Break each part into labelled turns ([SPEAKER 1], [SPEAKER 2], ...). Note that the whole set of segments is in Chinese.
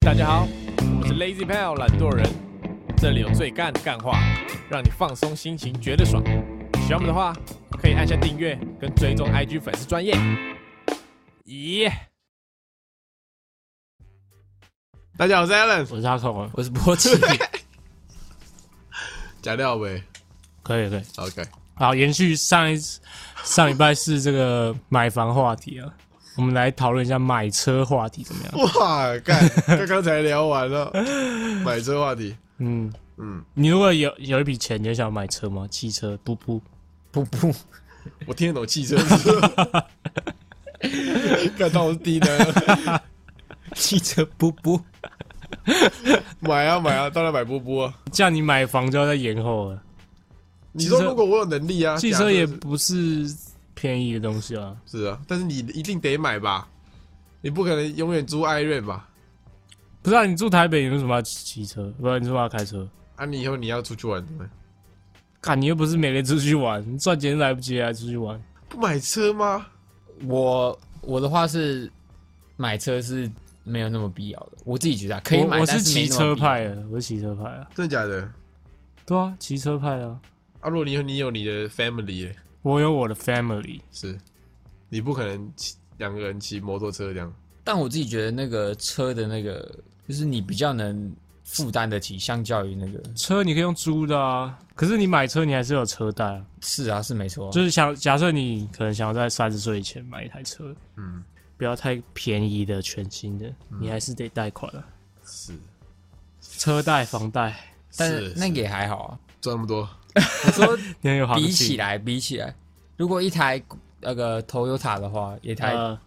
[SPEAKER 1] 大家好，
[SPEAKER 2] 嗯
[SPEAKER 1] 我是 Lazy Pal 懒惰人，这里有最干的干话，让你放松心情，觉得爽。喜欢我们的话，可以按下订阅跟追踪 IG 粉丝专业。咦，大家好，我是 Alan，
[SPEAKER 2] 我是阿口啊，
[SPEAKER 3] 我是波奇，
[SPEAKER 1] 假料呗
[SPEAKER 2] 可以可以。
[SPEAKER 1] ，OK，
[SPEAKER 2] 好，延续上一次上礼拜是这个买房话题啊，我们来讨论一下买车话题怎么样？
[SPEAKER 4] 哇，干， 刚刚才聊完了买车话题，
[SPEAKER 2] 嗯嗯
[SPEAKER 4] 嗯，
[SPEAKER 2] 你如果有有一笔钱，你会想买车吗？汽车？不不，
[SPEAKER 3] 不不，
[SPEAKER 4] 我听得懂汽车是吧， 看到我是低能，
[SPEAKER 3] 汽车不不，
[SPEAKER 4] 买啊买啊，当然买波波啊。
[SPEAKER 2] 这样你买房就要再延后了。
[SPEAKER 4] 你
[SPEAKER 2] 汽
[SPEAKER 4] 说
[SPEAKER 2] 车
[SPEAKER 4] 如果我有能力啊，
[SPEAKER 2] 汽
[SPEAKER 4] 假
[SPEAKER 2] 车
[SPEAKER 4] 设
[SPEAKER 2] 也
[SPEAKER 4] 是
[SPEAKER 2] 不是便宜的东西啊，
[SPEAKER 4] 是啊，但是你一定得买吧，你不可能永远租艾瑞吧？
[SPEAKER 2] 不知道、你住台北，你为什么要骑车？不然你为什么要开车？
[SPEAKER 4] 啊，你以后你要出去玩对不对
[SPEAKER 2] 看你又不是每天出去玩，你赚钱来不及啊还出去玩。
[SPEAKER 4] 不买车吗？
[SPEAKER 3] 我我的话是买车是没有那么必要的，我自己觉得啊可以买，
[SPEAKER 2] 我我是
[SPEAKER 3] 但没
[SPEAKER 2] 骑
[SPEAKER 3] 那么
[SPEAKER 2] 车
[SPEAKER 3] 必要
[SPEAKER 2] 派，的，我是骑车派啊。
[SPEAKER 4] 真的假的？
[SPEAKER 2] 对啊，骑车派的啊。
[SPEAKER 4] 啊，如果你有你有你的 family，嘞
[SPEAKER 2] 我有我的 family，
[SPEAKER 4] 是，你不可能骑两个人骑摩托车这样。
[SPEAKER 3] 但我自己觉得那个车的那个，就是你比较能负担得起，相较于那个
[SPEAKER 2] 车你可以用租的啊，可是你买车你还是有车贷啊。
[SPEAKER 3] 是啊，是没错啊、
[SPEAKER 2] 就是想假设你可能想要在三十岁以前买一台车，
[SPEAKER 4] 嗯，
[SPEAKER 2] 不要太便宜的全新的，你还是得贷款啊，
[SPEAKER 4] 是，
[SPEAKER 2] 车贷、房贷，
[SPEAKER 3] 但
[SPEAKER 4] 是
[SPEAKER 3] 是那个也还好啊。
[SPEAKER 4] 赚那么多，
[SPEAKER 3] 我说
[SPEAKER 2] 你很有行情。
[SPEAKER 3] 比起来，比起来，如果一台那个 Toyota 的话，一台
[SPEAKER 2] 呃，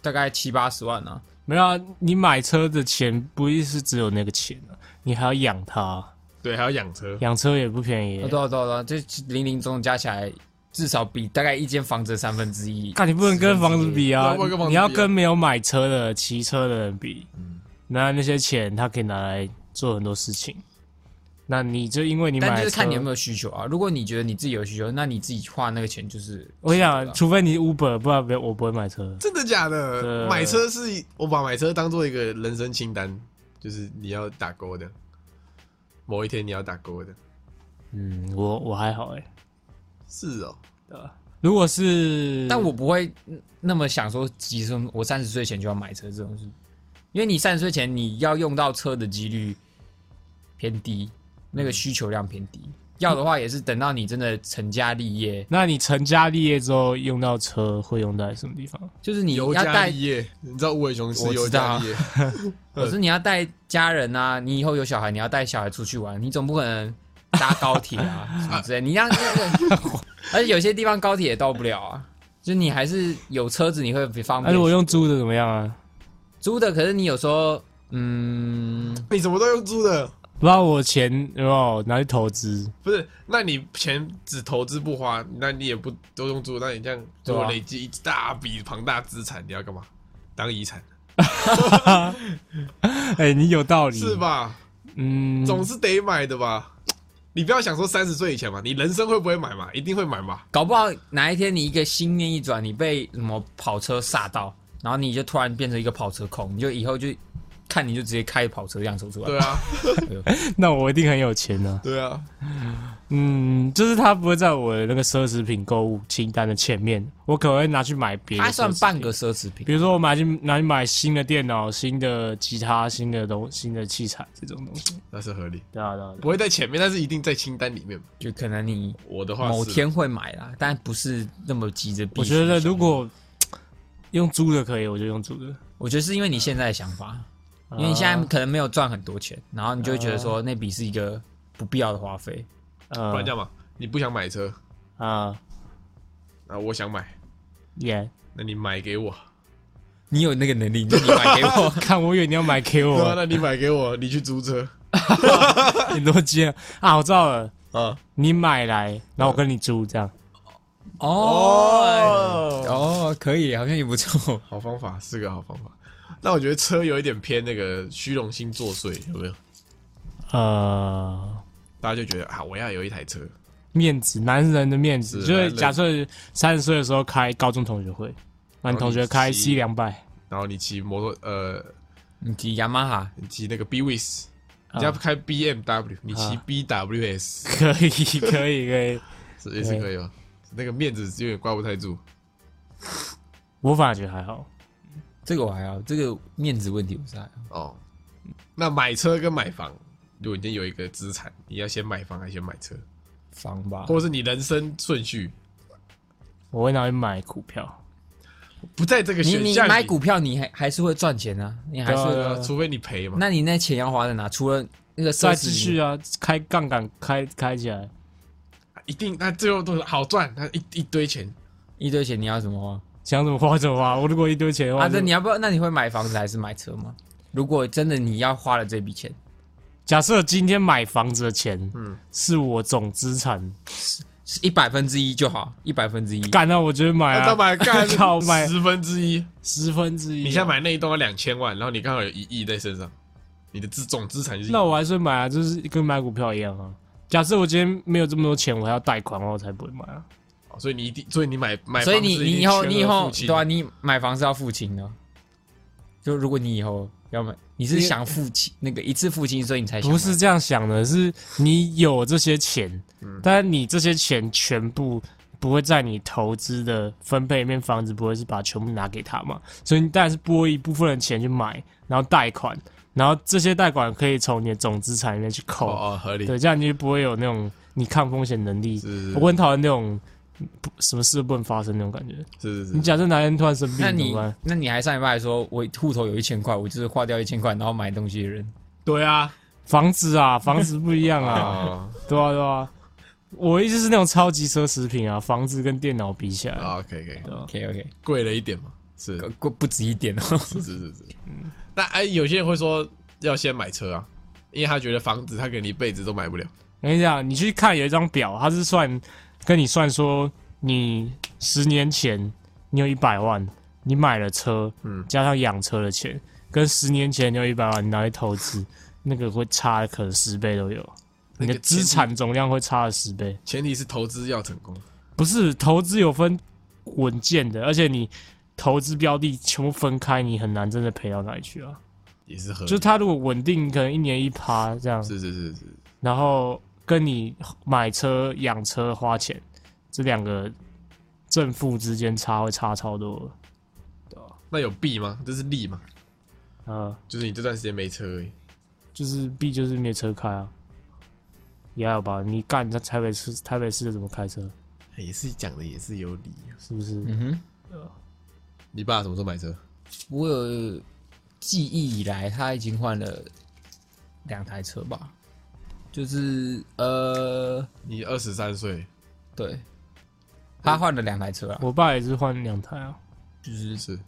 [SPEAKER 3] 大概七八十万啊。
[SPEAKER 2] 没有啊，你买车的钱不一定是只有那个钱啊，你还要养它，
[SPEAKER 4] 对，还要养车。
[SPEAKER 2] 养车也不便宜
[SPEAKER 3] 啊，
[SPEAKER 2] 欸。
[SPEAKER 3] 对啊，对啊，对啊，这零零总加起来至少比大概一间房子的三分之一。
[SPEAKER 2] 看你不能跟房子比啊
[SPEAKER 4] 对不能跟房子比啊，
[SPEAKER 2] 你要跟没有买车的、骑车的人比，那那些钱他可以拿来做很多事情。那你就因为你买
[SPEAKER 3] 但
[SPEAKER 2] 了车，
[SPEAKER 3] 就是看你有没有需求啊。如果你觉得你自己有需求，那你自己花那个钱就是。啊
[SPEAKER 2] 我想，除非你 Uber，不然不要我不会买车。
[SPEAKER 4] 真的假的
[SPEAKER 2] 对？
[SPEAKER 4] 买车是我把买车当做一个人生清单，就是你要打勾的，某一天你要打勾的。
[SPEAKER 2] 嗯，我我还好哎、
[SPEAKER 4] 是哦，
[SPEAKER 2] 如果是，
[SPEAKER 3] 但我不会那么想说，急说我三十岁前就要买车这种事，因为你三十岁前你要用到车的几率偏低，那个需求量偏低。要的话也是等到你真的成家立业，
[SPEAKER 2] 那你成家立业之后用到车会用在什么地方？
[SPEAKER 3] 就是你
[SPEAKER 4] 尤
[SPEAKER 3] 要
[SPEAKER 4] 加
[SPEAKER 3] 带
[SPEAKER 4] 利叶，你知道吴伟雄是
[SPEAKER 3] 我知
[SPEAKER 4] 尤
[SPEAKER 3] 道
[SPEAKER 4] 加
[SPEAKER 3] 啊
[SPEAKER 4] 利叶，
[SPEAKER 3] 可是你要带家人啊，你以后有小孩，你要带小孩出去玩，你总不可能搭高 铁啊什么之类。你让那个， 而且有些地方高铁也到不了啊，就你还是有车子你会比方
[SPEAKER 2] 而且
[SPEAKER 3] 便。
[SPEAKER 2] 我用租的怎么样啊？
[SPEAKER 3] 租的，可是你有时候，嗯，
[SPEAKER 4] 你什么都用租的，
[SPEAKER 2] 不然我钱有没有拿去投资？
[SPEAKER 4] 不是？那你钱只投资不花，那你也不都用租，那你这样
[SPEAKER 3] 对
[SPEAKER 4] 如
[SPEAKER 3] 啊
[SPEAKER 4] 果累积一大笔庞大资产，你要干嘛？当遗产
[SPEAKER 2] 哎、你有道理
[SPEAKER 4] 是？吧？
[SPEAKER 2] 嗯，
[SPEAKER 4] 总是得买的吧？你不要想说三十岁以前嘛，你人生会不会买嘛？一定会买嘛。
[SPEAKER 3] 搞不好哪一天你一个心念一转，你被什么跑车煞到，然后你就突然变成一个跑车控，你就以后就看你就直接开跑车样走出来。
[SPEAKER 4] 对啊，
[SPEAKER 2] 那我一定很有钱呢、
[SPEAKER 4] 对啊，
[SPEAKER 2] 嗯，就是它不会在我的那个奢侈品购物清单的前面，我可能会拿去买别的。
[SPEAKER 3] 它算半个，奢侈品
[SPEAKER 2] 比。如说我买去拿去买新的电脑、新的吉他、新的东、新的器材这种东西。
[SPEAKER 4] 那是合理，
[SPEAKER 2] 对啊，对啊，对啊
[SPEAKER 4] 不会在前面，但是一定在清单里面嘛。
[SPEAKER 3] 就可能你
[SPEAKER 4] 我的话是
[SPEAKER 3] 某天会买啦，但不是那么急着必须。
[SPEAKER 2] 我觉得如果用租的可以，我就用租的。
[SPEAKER 3] 我觉得是因为你现在的想法，因
[SPEAKER 2] 啊
[SPEAKER 3] 为你现在可能没有赚很多钱，然后你就会觉得说那笔是一个不必要的花费。
[SPEAKER 4] 不
[SPEAKER 2] 呃
[SPEAKER 4] 然这样吧，你不想买车
[SPEAKER 2] 啊
[SPEAKER 4] 啊，我想买，
[SPEAKER 2] 耶，。
[SPEAKER 4] 那你买给我。
[SPEAKER 3] 你有那个能力，那你买给我
[SPEAKER 2] 看我以为你要买给
[SPEAKER 4] 对
[SPEAKER 3] 哦
[SPEAKER 4] 啊，
[SPEAKER 2] 我，
[SPEAKER 4] 那你买给我，你去租车
[SPEAKER 2] 很多钱啊！我知道了，
[SPEAKER 4] 啊。
[SPEAKER 2] 你买来，然后我跟你租这样。
[SPEAKER 3] 哦哦，可以，好像也不错。
[SPEAKER 4] 好方法是个好方法。那我觉得车有一点偏那个虚荣心作祟，有没有？
[SPEAKER 2] 呃，
[SPEAKER 4] 大家就觉得啊，我要有一台车。
[SPEAKER 2] 面子，男人的面子，
[SPEAKER 4] 是
[SPEAKER 2] 就
[SPEAKER 4] 男
[SPEAKER 2] 是
[SPEAKER 4] 人
[SPEAKER 2] 假设三十岁的时候开高中同学会，那你同学开
[SPEAKER 4] 然后
[SPEAKER 2] C
[SPEAKER 4] 你
[SPEAKER 2] 两百，
[SPEAKER 4] 然后你骑摩托呃
[SPEAKER 3] 你提嗯雅马哈，
[SPEAKER 4] 你骑那个 BWS，人家
[SPEAKER 3] 啊
[SPEAKER 4] 开 BMW，你骑
[SPEAKER 2] 啊
[SPEAKER 4] BWS
[SPEAKER 2] 可以可以可以，
[SPEAKER 4] 是也是可以哦。那个面子有点挂不太住，
[SPEAKER 2] 我反而觉得还好。
[SPEAKER 3] 这个我还好，这个面子问题我是还好。
[SPEAKER 4] 哦，那买车跟买房，如果你今天有一个资产，你要先买房还是先买车，
[SPEAKER 3] 房吧，
[SPEAKER 4] 或者是你人生顺序
[SPEAKER 2] 我会拿去买股票，
[SPEAKER 4] 不在这个
[SPEAKER 3] 你
[SPEAKER 4] 选
[SPEAKER 3] 你
[SPEAKER 4] 项里？
[SPEAKER 3] 买股票，你还还是会赚钱啊，你还是
[SPEAKER 2] 对
[SPEAKER 3] 会。
[SPEAKER 4] 呃，除非你赔嘛。
[SPEAKER 3] 那你那钱要花在哪？除了那个奢
[SPEAKER 2] 再
[SPEAKER 3] 侈
[SPEAKER 2] 继
[SPEAKER 3] 品
[SPEAKER 2] 续啊，开杠杆开开起来，
[SPEAKER 4] 一定，那最后都是好赚，那一一堆钱，
[SPEAKER 3] 一堆钱，你要怎么
[SPEAKER 2] 想怎么花怎么花。我如果一堆钱的
[SPEAKER 3] 花？
[SPEAKER 2] 话，
[SPEAKER 3] 啊，这
[SPEAKER 2] 就
[SPEAKER 3] 你要不要？那你会买房子还是买车吗？如果真的你要花了这笔钱，
[SPEAKER 2] 假设今天买房子的钱，
[SPEAKER 4] 嗯
[SPEAKER 2] 嗯，是我总资产，
[SPEAKER 3] 是一百分之一就好，一百分之一。
[SPEAKER 2] 干那我觉得
[SPEAKER 3] 呃
[SPEAKER 2] 买
[SPEAKER 4] 那
[SPEAKER 2] 啊，
[SPEAKER 4] 他买 干
[SPEAKER 2] 靠买
[SPEAKER 4] 十分之一，
[SPEAKER 2] 十分之一，
[SPEAKER 4] 你
[SPEAKER 2] 啊
[SPEAKER 4] 现在，买那一栋要两千万，然后你刚好有一亿在身上，你的资总资产就是
[SPEAKER 2] 那我还是买啊，就是跟买股票一样啊。假设我今天没有这么多钱，我还要贷款，我才不会买啊。
[SPEAKER 4] 哦所以你一定，所以你买买房子
[SPEAKER 3] 所以
[SPEAKER 4] 一定
[SPEAKER 3] 你
[SPEAKER 4] 全额付清，哦
[SPEAKER 3] 你以后你以后对啊，你买房是要付清的哦。就如果你以后要买，你是
[SPEAKER 2] 因为
[SPEAKER 3] 想付清那个一次付清，所以你才想
[SPEAKER 2] 不是
[SPEAKER 3] 买
[SPEAKER 2] 这样想的，是你有这些钱，
[SPEAKER 4] 嗯
[SPEAKER 2] 但你这些钱全部不会在你投资的分配里面，房子不会是把全部拿给他嘛，所以你当然是拨一部分的钱去买，然后贷款，然后这些贷款可以从你的总资产里面去扣，
[SPEAKER 4] 哦哦合理，
[SPEAKER 2] 对，这样你就不会有那种你抗风险能力。
[SPEAKER 4] 是
[SPEAKER 2] 我很讨厌那种不什么事都不能发生那种感觉。
[SPEAKER 4] 是是
[SPEAKER 2] 你
[SPEAKER 4] 是，
[SPEAKER 2] 假设哪天突然生病
[SPEAKER 3] 那
[SPEAKER 2] 怎么
[SPEAKER 3] 你
[SPEAKER 2] 办？
[SPEAKER 3] 那你还上一拜还说，我户头有一千块，我就是花掉一千块，然后买东西的人。
[SPEAKER 4] 对啊，
[SPEAKER 2] 房子啊，房子不一样啊。
[SPEAKER 4] 哦
[SPEAKER 2] 对啊，对啊，我的意思是那种超级奢侈品啊，房子跟电脑比起来，
[SPEAKER 4] 啊可以可以，
[SPEAKER 2] 对啊
[SPEAKER 3] OK OK，
[SPEAKER 4] 贵了一点嘛，是
[SPEAKER 3] 不不止一点哦。
[SPEAKER 4] 是是是是，那哎有些人会说要先买车啊，因为他觉得房子他可能一辈子都买不了，
[SPEAKER 2] 我跟你讲，你去看有一张表，它是算跟你算说，你十年前你有一百万，你买了车，
[SPEAKER 4] 嗯
[SPEAKER 2] 加上养车的钱，跟十年前你有一百万你拿去投资，那个会差可能十倍都有，
[SPEAKER 4] 那
[SPEAKER 2] 你
[SPEAKER 4] 个
[SPEAKER 2] 的资产总量会差了十倍。
[SPEAKER 4] 前提是投资要成功，
[SPEAKER 2] 不是投资有分稳健的，而且你投资标的全部分开，你很难真的赔到哪里去啊。
[SPEAKER 4] 也是合
[SPEAKER 2] 就是
[SPEAKER 4] 理，
[SPEAKER 2] 它如果稳定，可能一年一趴这样，
[SPEAKER 4] 是是是是，
[SPEAKER 2] 然后跟你买车、养车花钱这两个正负之间差会差超多了。
[SPEAKER 4] 那有弊吗？这是利嘛，
[SPEAKER 2] 呃，
[SPEAKER 4] 就是你这段时间没车而已。
[SPEAKER 2] 就是 B 就是没车开啊，也还好吧。你干在台北市，台北市怎么开车？
[SPEAKER 4] 也是讲的也是有理、啊。
[SPEAKER 2] 是不是？
[SPEAKER 3] 嗯哼。
[SPEAKER 4] 你爸什么时候买车？
[SPEAKER 3] 我有记忆以来，他已经换了两台车吧，就是呃，
[SPEAKER 4] 你二十三岁，
[SPEAKER 3] 对，他换了两台车啊，
[SPEAKER 2] 我爸也是换两台啊，
[SPEAKER 3] 就是
[SPEAKER 4] 是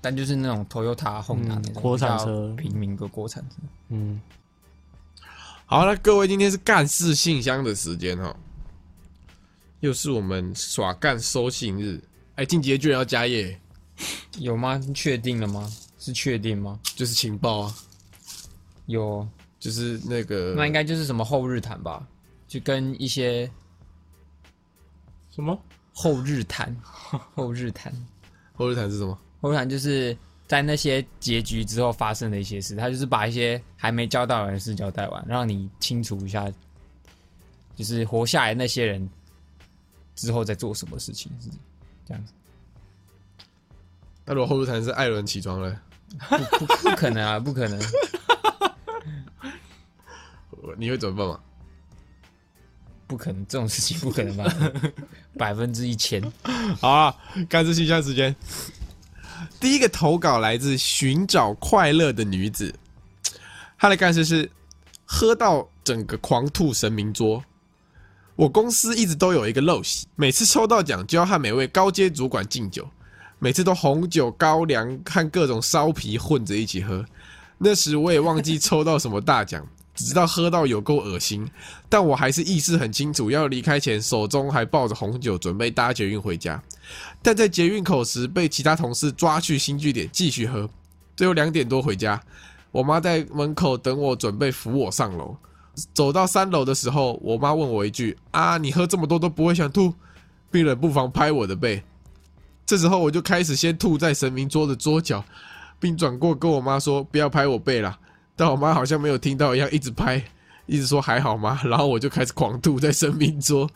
[SPEAKER 3] 但就是那种 Toyota、Honda
[SPEAKER 2] 嗯
[SPEAKER 3] 那种
[SPEAKER 2] 国产
[SPEAKER 3] 比较
[SPEAKER 2] 车
[SPEAKER 3] 平民的国产车。
[SPEAKER 2] 嗯，
[SPEAKER 4] 好。那各位，今天是干事信箱的时间哈，又是我们耍干收信日。哎，进阶居然要加夜，
[SPEAKER 3] 有吗？确定了吗？是确定吗？
[SPEAKER 4] 就是情报啊，
[SPEAKER 3] 有，
[SPEAKER 4] 就是那个
[SPEAKER 3] 那应该就是什么后日谈吧，就跟一些
[SPEAKER 2] 什么？
[SPEAKER 3] 后日 谈，后日谈。
[SPEAKER 4] 后日谈是什么？
[SPEAKER 3] 后日谈就是在那些结局之后发生的一些事，他就是把一些还没交代完的事交代完，让你清楚一下，就是活下来那些人之后在做什么事情，是这样子。
[SPEAKER 4] 那如果后日谈是艾伦起床了，
[SPEAKER 3] 不不可能啊，不可能！
[SPEAKER 4] 我你会怎么办吗？
[SPEAKER 3] 不可能，这种事情不可能吧？百分之一千，
[SPEAKER 4] 好啊，干事信箱时间。第一个投稿来自寻找快乐的女子，她的干事是喝到整个狂吐神明桌。我公司一直都有一个陋习，每次抽到奖就要和每位高阶主管敬酒，每次都红酒、高粱和各种烧啤混着一起喝。那时我也忘记抽到什么大奖，只知道喝到有够恶心，但我还是意识很清楚，要离开前手中还抱着红酒，准备搭捷运回家。但在捷运口时被其他同事抓去新据点继续喝，最后两点多回家，我妈在门口等我，准备扶我上楼。走到三楼的时候，我妈问我一句：“啊，你喝这么多都不会想吐？”并冷不防拍我的背。这时候我就开始先吐在神明桌的桌角，并转过跟我妈说不要拍我背啦，但我妈好像没有听到一样，一直拍，一直说还好吗？然后我就开始狂吐在神明桌。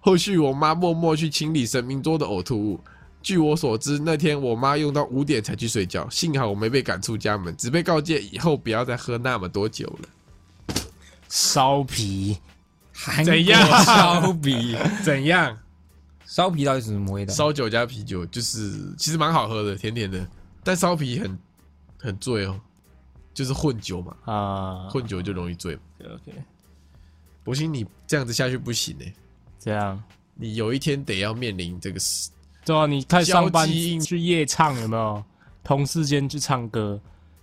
[SPEAKER 4] 后续我妈默默去清理神明桌的呕吐物。据我所知，那天我妈用到五点才去睡觉，幸好我没被赶出家门，只被告诫以后不要再喝那么多酒了。
[SPEAKER 2] 烧皮，
[SPEAKER 3] 韩
[SPEAKER 1] 怎样
[SPEAKER 3] 国烧啤，
[SPEAKER 1] 怎样？
[SPEAKER 3] 烧啤到底是什么味
[SPEAKER 2] 嗯
[SPEAKER 3] 道？
[SPEAKER 4] 烧酒加啤酒就是其实蛮好喝的，甜甜的，但烧啤很很醉哦，就是混酒嘛，
[SPEAKER 2] 啊，
[SPEAKER 4] 混酒就容易醉嘛。
[SPEAKER 1] OK，
[SPEAKER 4] 博鑫，你这样子下去不行呢、
[SPEAKER 2] 这样。
[SPEAKER 4] 你有一天得要面临这个事。
[SPEAKER 2] 对啊，你看上班
[SPEAKER 4] 交际应
[SPEAKER 2] 去夜唱有没有？同事间去唱歌，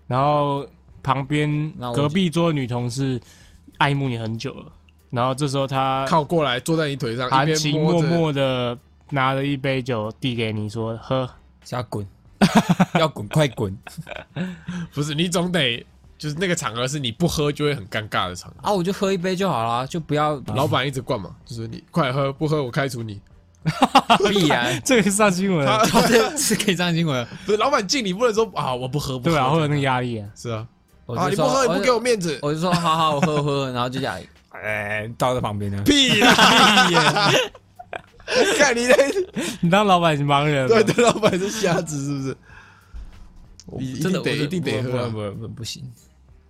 [SPEAKER 2] 然后旁边
[SPEAKER 3] 那我
[SPEAKER 2] 隔壁桌的女同事爱慕你很久了，然后这时候她
[SPEAKER 4] 靠过来坐在你腿上，一
[SPEAKER 2] 含
[SPEAKER 4] 边
[SPEAKER 2] 情
[SPEAKER 4] 摸着
[SPEAKER 2] 脉脉的拿了一杯酒递给你说喝，。
[SPEAKER 3] 是要滚，要滚，快滚！
[SPEAKER 4] 不是你总得就是那个场合是你不喝就会很尴尬的场合。
[SPEAKER 3] 啊，我就喝一杯就好啦，就不要
[SPEAKER 4] 老板一直灌嘛，就是你快喝，不喝我开除你。
[SPEAKER 3] 必 然
[SPEAKER 2] 这个上新闻了，
[SPEAKER 3] 哦，这是可以上新闻。
[SPEAKER 4] 不是老板敬你不能说啊我不喝，不喝
[SPEAKER 2] 对啊，会有那个压力啊。
[SPEAKER 4] 是啊，
[SPEAKER 3] 我
[SPEAKER 4] 啊
[SPEAKER 3] 就
[SPEAKER 4] 你
[SPEAKER 3] 说
[SPEAKER 4] 不喝也不给我
[SPEAKER 3] 我
[SPEAKER 4] 面子
[SPEAKER 3] 就，，我就说好好，我喝我喝，然后 就讲，哎，倒在旁边 呢。
[SPEAKER 4] 屁啊 啦！看你那
[SPEAKER 2] 你当老板是盲人
[SPEAKER 4] 对
[SPEAKER 2] 了，
[SPEAKER 4] 对，老板是瞎子是不是？你一
[SPEAKER 3] 真的
[SPEAKER 4] 定得
[SPEAKER 3] 我
[SPEAKER 4] 一定得
[SPEAKER 3] 我
[SPEAKER 4] 喝啊，
[SPEAKER 3] 不不不不行，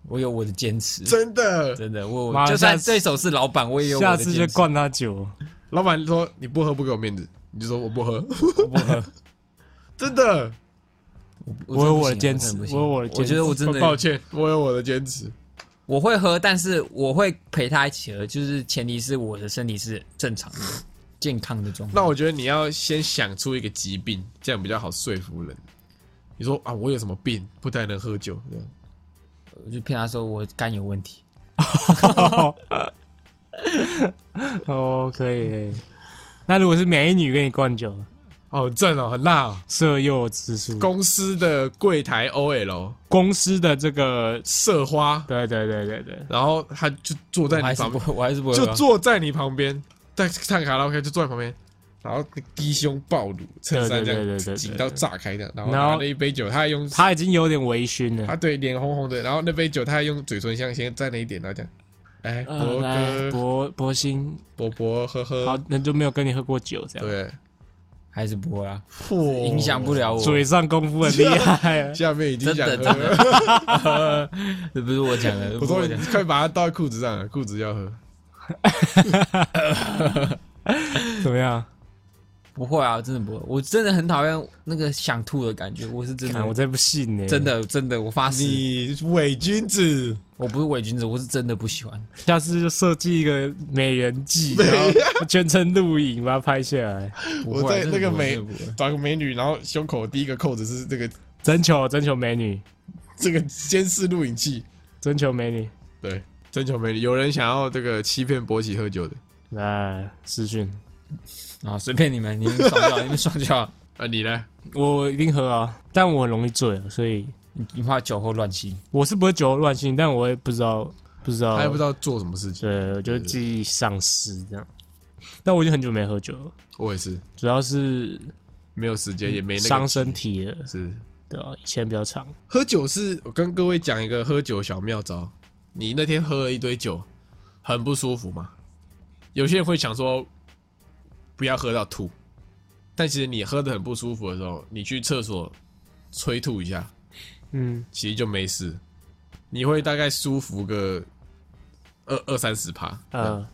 [SPEAKER 3] 我有我的坚持。
[SPEAKER 4] 真的。
[SPEAKER 3] 真的，我
[SPEAKER 2] 妈
[SPEAKER 3] 我就算
[SPEAKER 2] 下次
[SPEAKER 3] 对手是老板，我也有我
[SPEAKER 2] 下
[SPEAKER 3] 的
[SPEAKER 2] 次就
[SPEAKER 3] 坚持
[SPEAKER 2] 灌他酒。
[SPEAKER 4] 老板说你不喝不给我面子，你就说我不喝，
[SPEAKER 3] 我不喝，
[SPEAKER 4] 真的。
[SPEAKER 2] 我有我的
[SPEAKER 3] 真
[SPEAKER 2] 坚
[SPEAKER 3] 不行
[SPEAKER 2] 持
[SPEAKER 3] 真不行
[SPEAKER 2] 我有我的坚持
[SPEAKER 3] 我觉得我真
[SPEAKER 4] 抱
[SPEAKER 3] 的
[SPEAKER 4] 歉，我有我的坚持。
[SPEAKER 3] 我会喝，但是我会陪他一起喝，就是前提是我的身体是正常的、健康的状态。
[SPEAKER 4] 那我觉得你要先想出一个疾病，这样比较好说服人。你说啊，我有什么病不太能喝酒？这样
[SPEAKER 3] 我就骗他说我肝有问题，
[SPEAKER 2] 哦，可以可以。那如果是美女给你灌酒，
[SPEAKER 4] 哦，很正哦，很辣哦。
[SPEAKER 2] 色诱指数，
[SPEAKER 3] 嗯
[SPEAKER 4] 公司的柜台 OL
[SPEAKER 2] 公司的这个，
[SPEAKER 4] 色花，
[SPEAKER 2] 对对对对对，
[SPEAKER 4] 然后他就坐在
[SPEAKER 3] 我还
[SPEAKER 4] 你
[SPEAKER 3] 是
[SPEAKER 4] 旁边，
[SPEAKER 3] 不，我还是不会喝
[SPEAKER 4] 就
[SPEAKER 3] 啊。
[SPEAKER 4] 坐在你旁边，在唱卡拉 OK 就坐在旁边，然后低胸暴露，衬衫这
[SPEAKER 2] 对对对对对
[SPEAKER 4] 样紧到炸开这样，然后
[SPEAKER 2] 然后
[SPEAKER 4] 拿了一杯酒，他还用
[SPEAKER 2] 他已经有点微醺了
[SPEAKER 4] 他。对脸红红的，然后那杯酒他还用嘴唇像先蘸了一点，然后讲，哎，
[SPEAKER 2] 呃，
[SPEAKER 4] 博
[SPEAKER 2] 来，
[SPEAKER 4] 哥，
[SPEAKER 2] 博博鑫，
[SPEAKER 4] 博博，呵
[SPEAKER 2] 好
[SPEAKER 4] 呵，，
[SPEAKER 2] 那就没有跟你喝过酒，这样，
[SPEAKER 4] 对。
[SPEAKER 3] 还是不会啊，
[SPEAKER 4] 嚯。
[SPEAKER 3] 影响不了我。
[SPEAKER 2] 嘴上功夫很厉害 啊
[SPEAKER 4] 下面已经
[SPEAKER 3] 真
[SPEAKER 4] 想
[SPEAKER 3] 的
[SPEAKER 4] 喝
[SPEAKER 3] 真
[SPEAKER 4] 了，
[SPEAKER 3] 的，这不是我讲的，
[SPEAKER 4] 我
[SPEAKER 3] 不是
[SPEAKER 4] 说
[SPEAKER 3] 我讲
[SPEAKER 4] 你
[SPEAKER 3] 的
[SPEAKER 4] 快把它倒在裤子上了，裤子要喝。
[SPEAKER 2] 怎么样？
[SPEAKER 3] 不会啊，真的不会，我真的很讨厌那个想吐的感觉，我是真
[SPEAKER 2] 看我
[SPEAKER 3] 的，
[SPEAKER 2] 才不信呢！
[SPEAKER 3] 嗯真，的真的，我发誓，
[SPEAKER 4] 你伪君子，
[SPEAKER 3] 我不是伪君子，我是真的不喜欢。
[SPEAKER 2] 下次就设计一个美人计，然后全程录影把它拍下来。
[SPEAKER 3] 不会
[SPEAKER 4] 我在
[SPEAKER 3] 真
[SPEAKER 4] 那
[SPEAKER 3] 的
[SPEAKER 4] 个
[SPEAKER 3] 不会
[SPEAKER 4] 美
[SPEAKER 3] 真的不会
[SPEAKER 4] 找个美女，然后胸口第一个扣子是这个
[SPEAKER 2] 征求征求美女，
[SPEAKER 4] 这个监视录影器，
[SPEAKER 2] 征求美女，
[SPEAKER 4] 对，征求美女。有人想要这个欺骗博喜喝酒的
[SPEAKER 2] 来私讯，
[SPEAKER 3] 啊，随便你们，你们爽就好，你们爽就好。
[SPEAKER 4] 啊？你呢？
[SPEAKER 2] 我一定喝啊，但我很容易醉啊，所以
[SPEAKER 3] 你你怕酒后乱性，
[SPEAKER 2] 我是不会酒后乱性，但我也不知道不知道，
[SPEAKER 4] 他也不知
[SPEAKER 2] 道，
[SPEAKER 4] 道做什么事情。
[SPEAKER 2] 呃对，我就是记忆丧失这样。但我已经很久没喝酒了，
[SPEAKER 4] 我也是
[SPEAKER 2] 主要是
[SPEAKER 4] 没有时间，也没那个
[SPEAKER 2] 嗯伤身体了，
[SPEAKER 4] 是。
[SPEAKER 2] 对啊，以前比较长。
[SPEAKER 4] 喝酒是我跟各位讲一个喝酒小妙招，你那天喝了一堆酒，很不舒服嘛。有些人会想说，不要喝到吐，但其实你喝的很不舒服的时候，你去厕所催吐一下，
[SPEAKER 2] 嗯，
[SPEAKER 4] 其实就没事，你会大概舒服个二二三十趴。
[SPEAKER 2] 呃，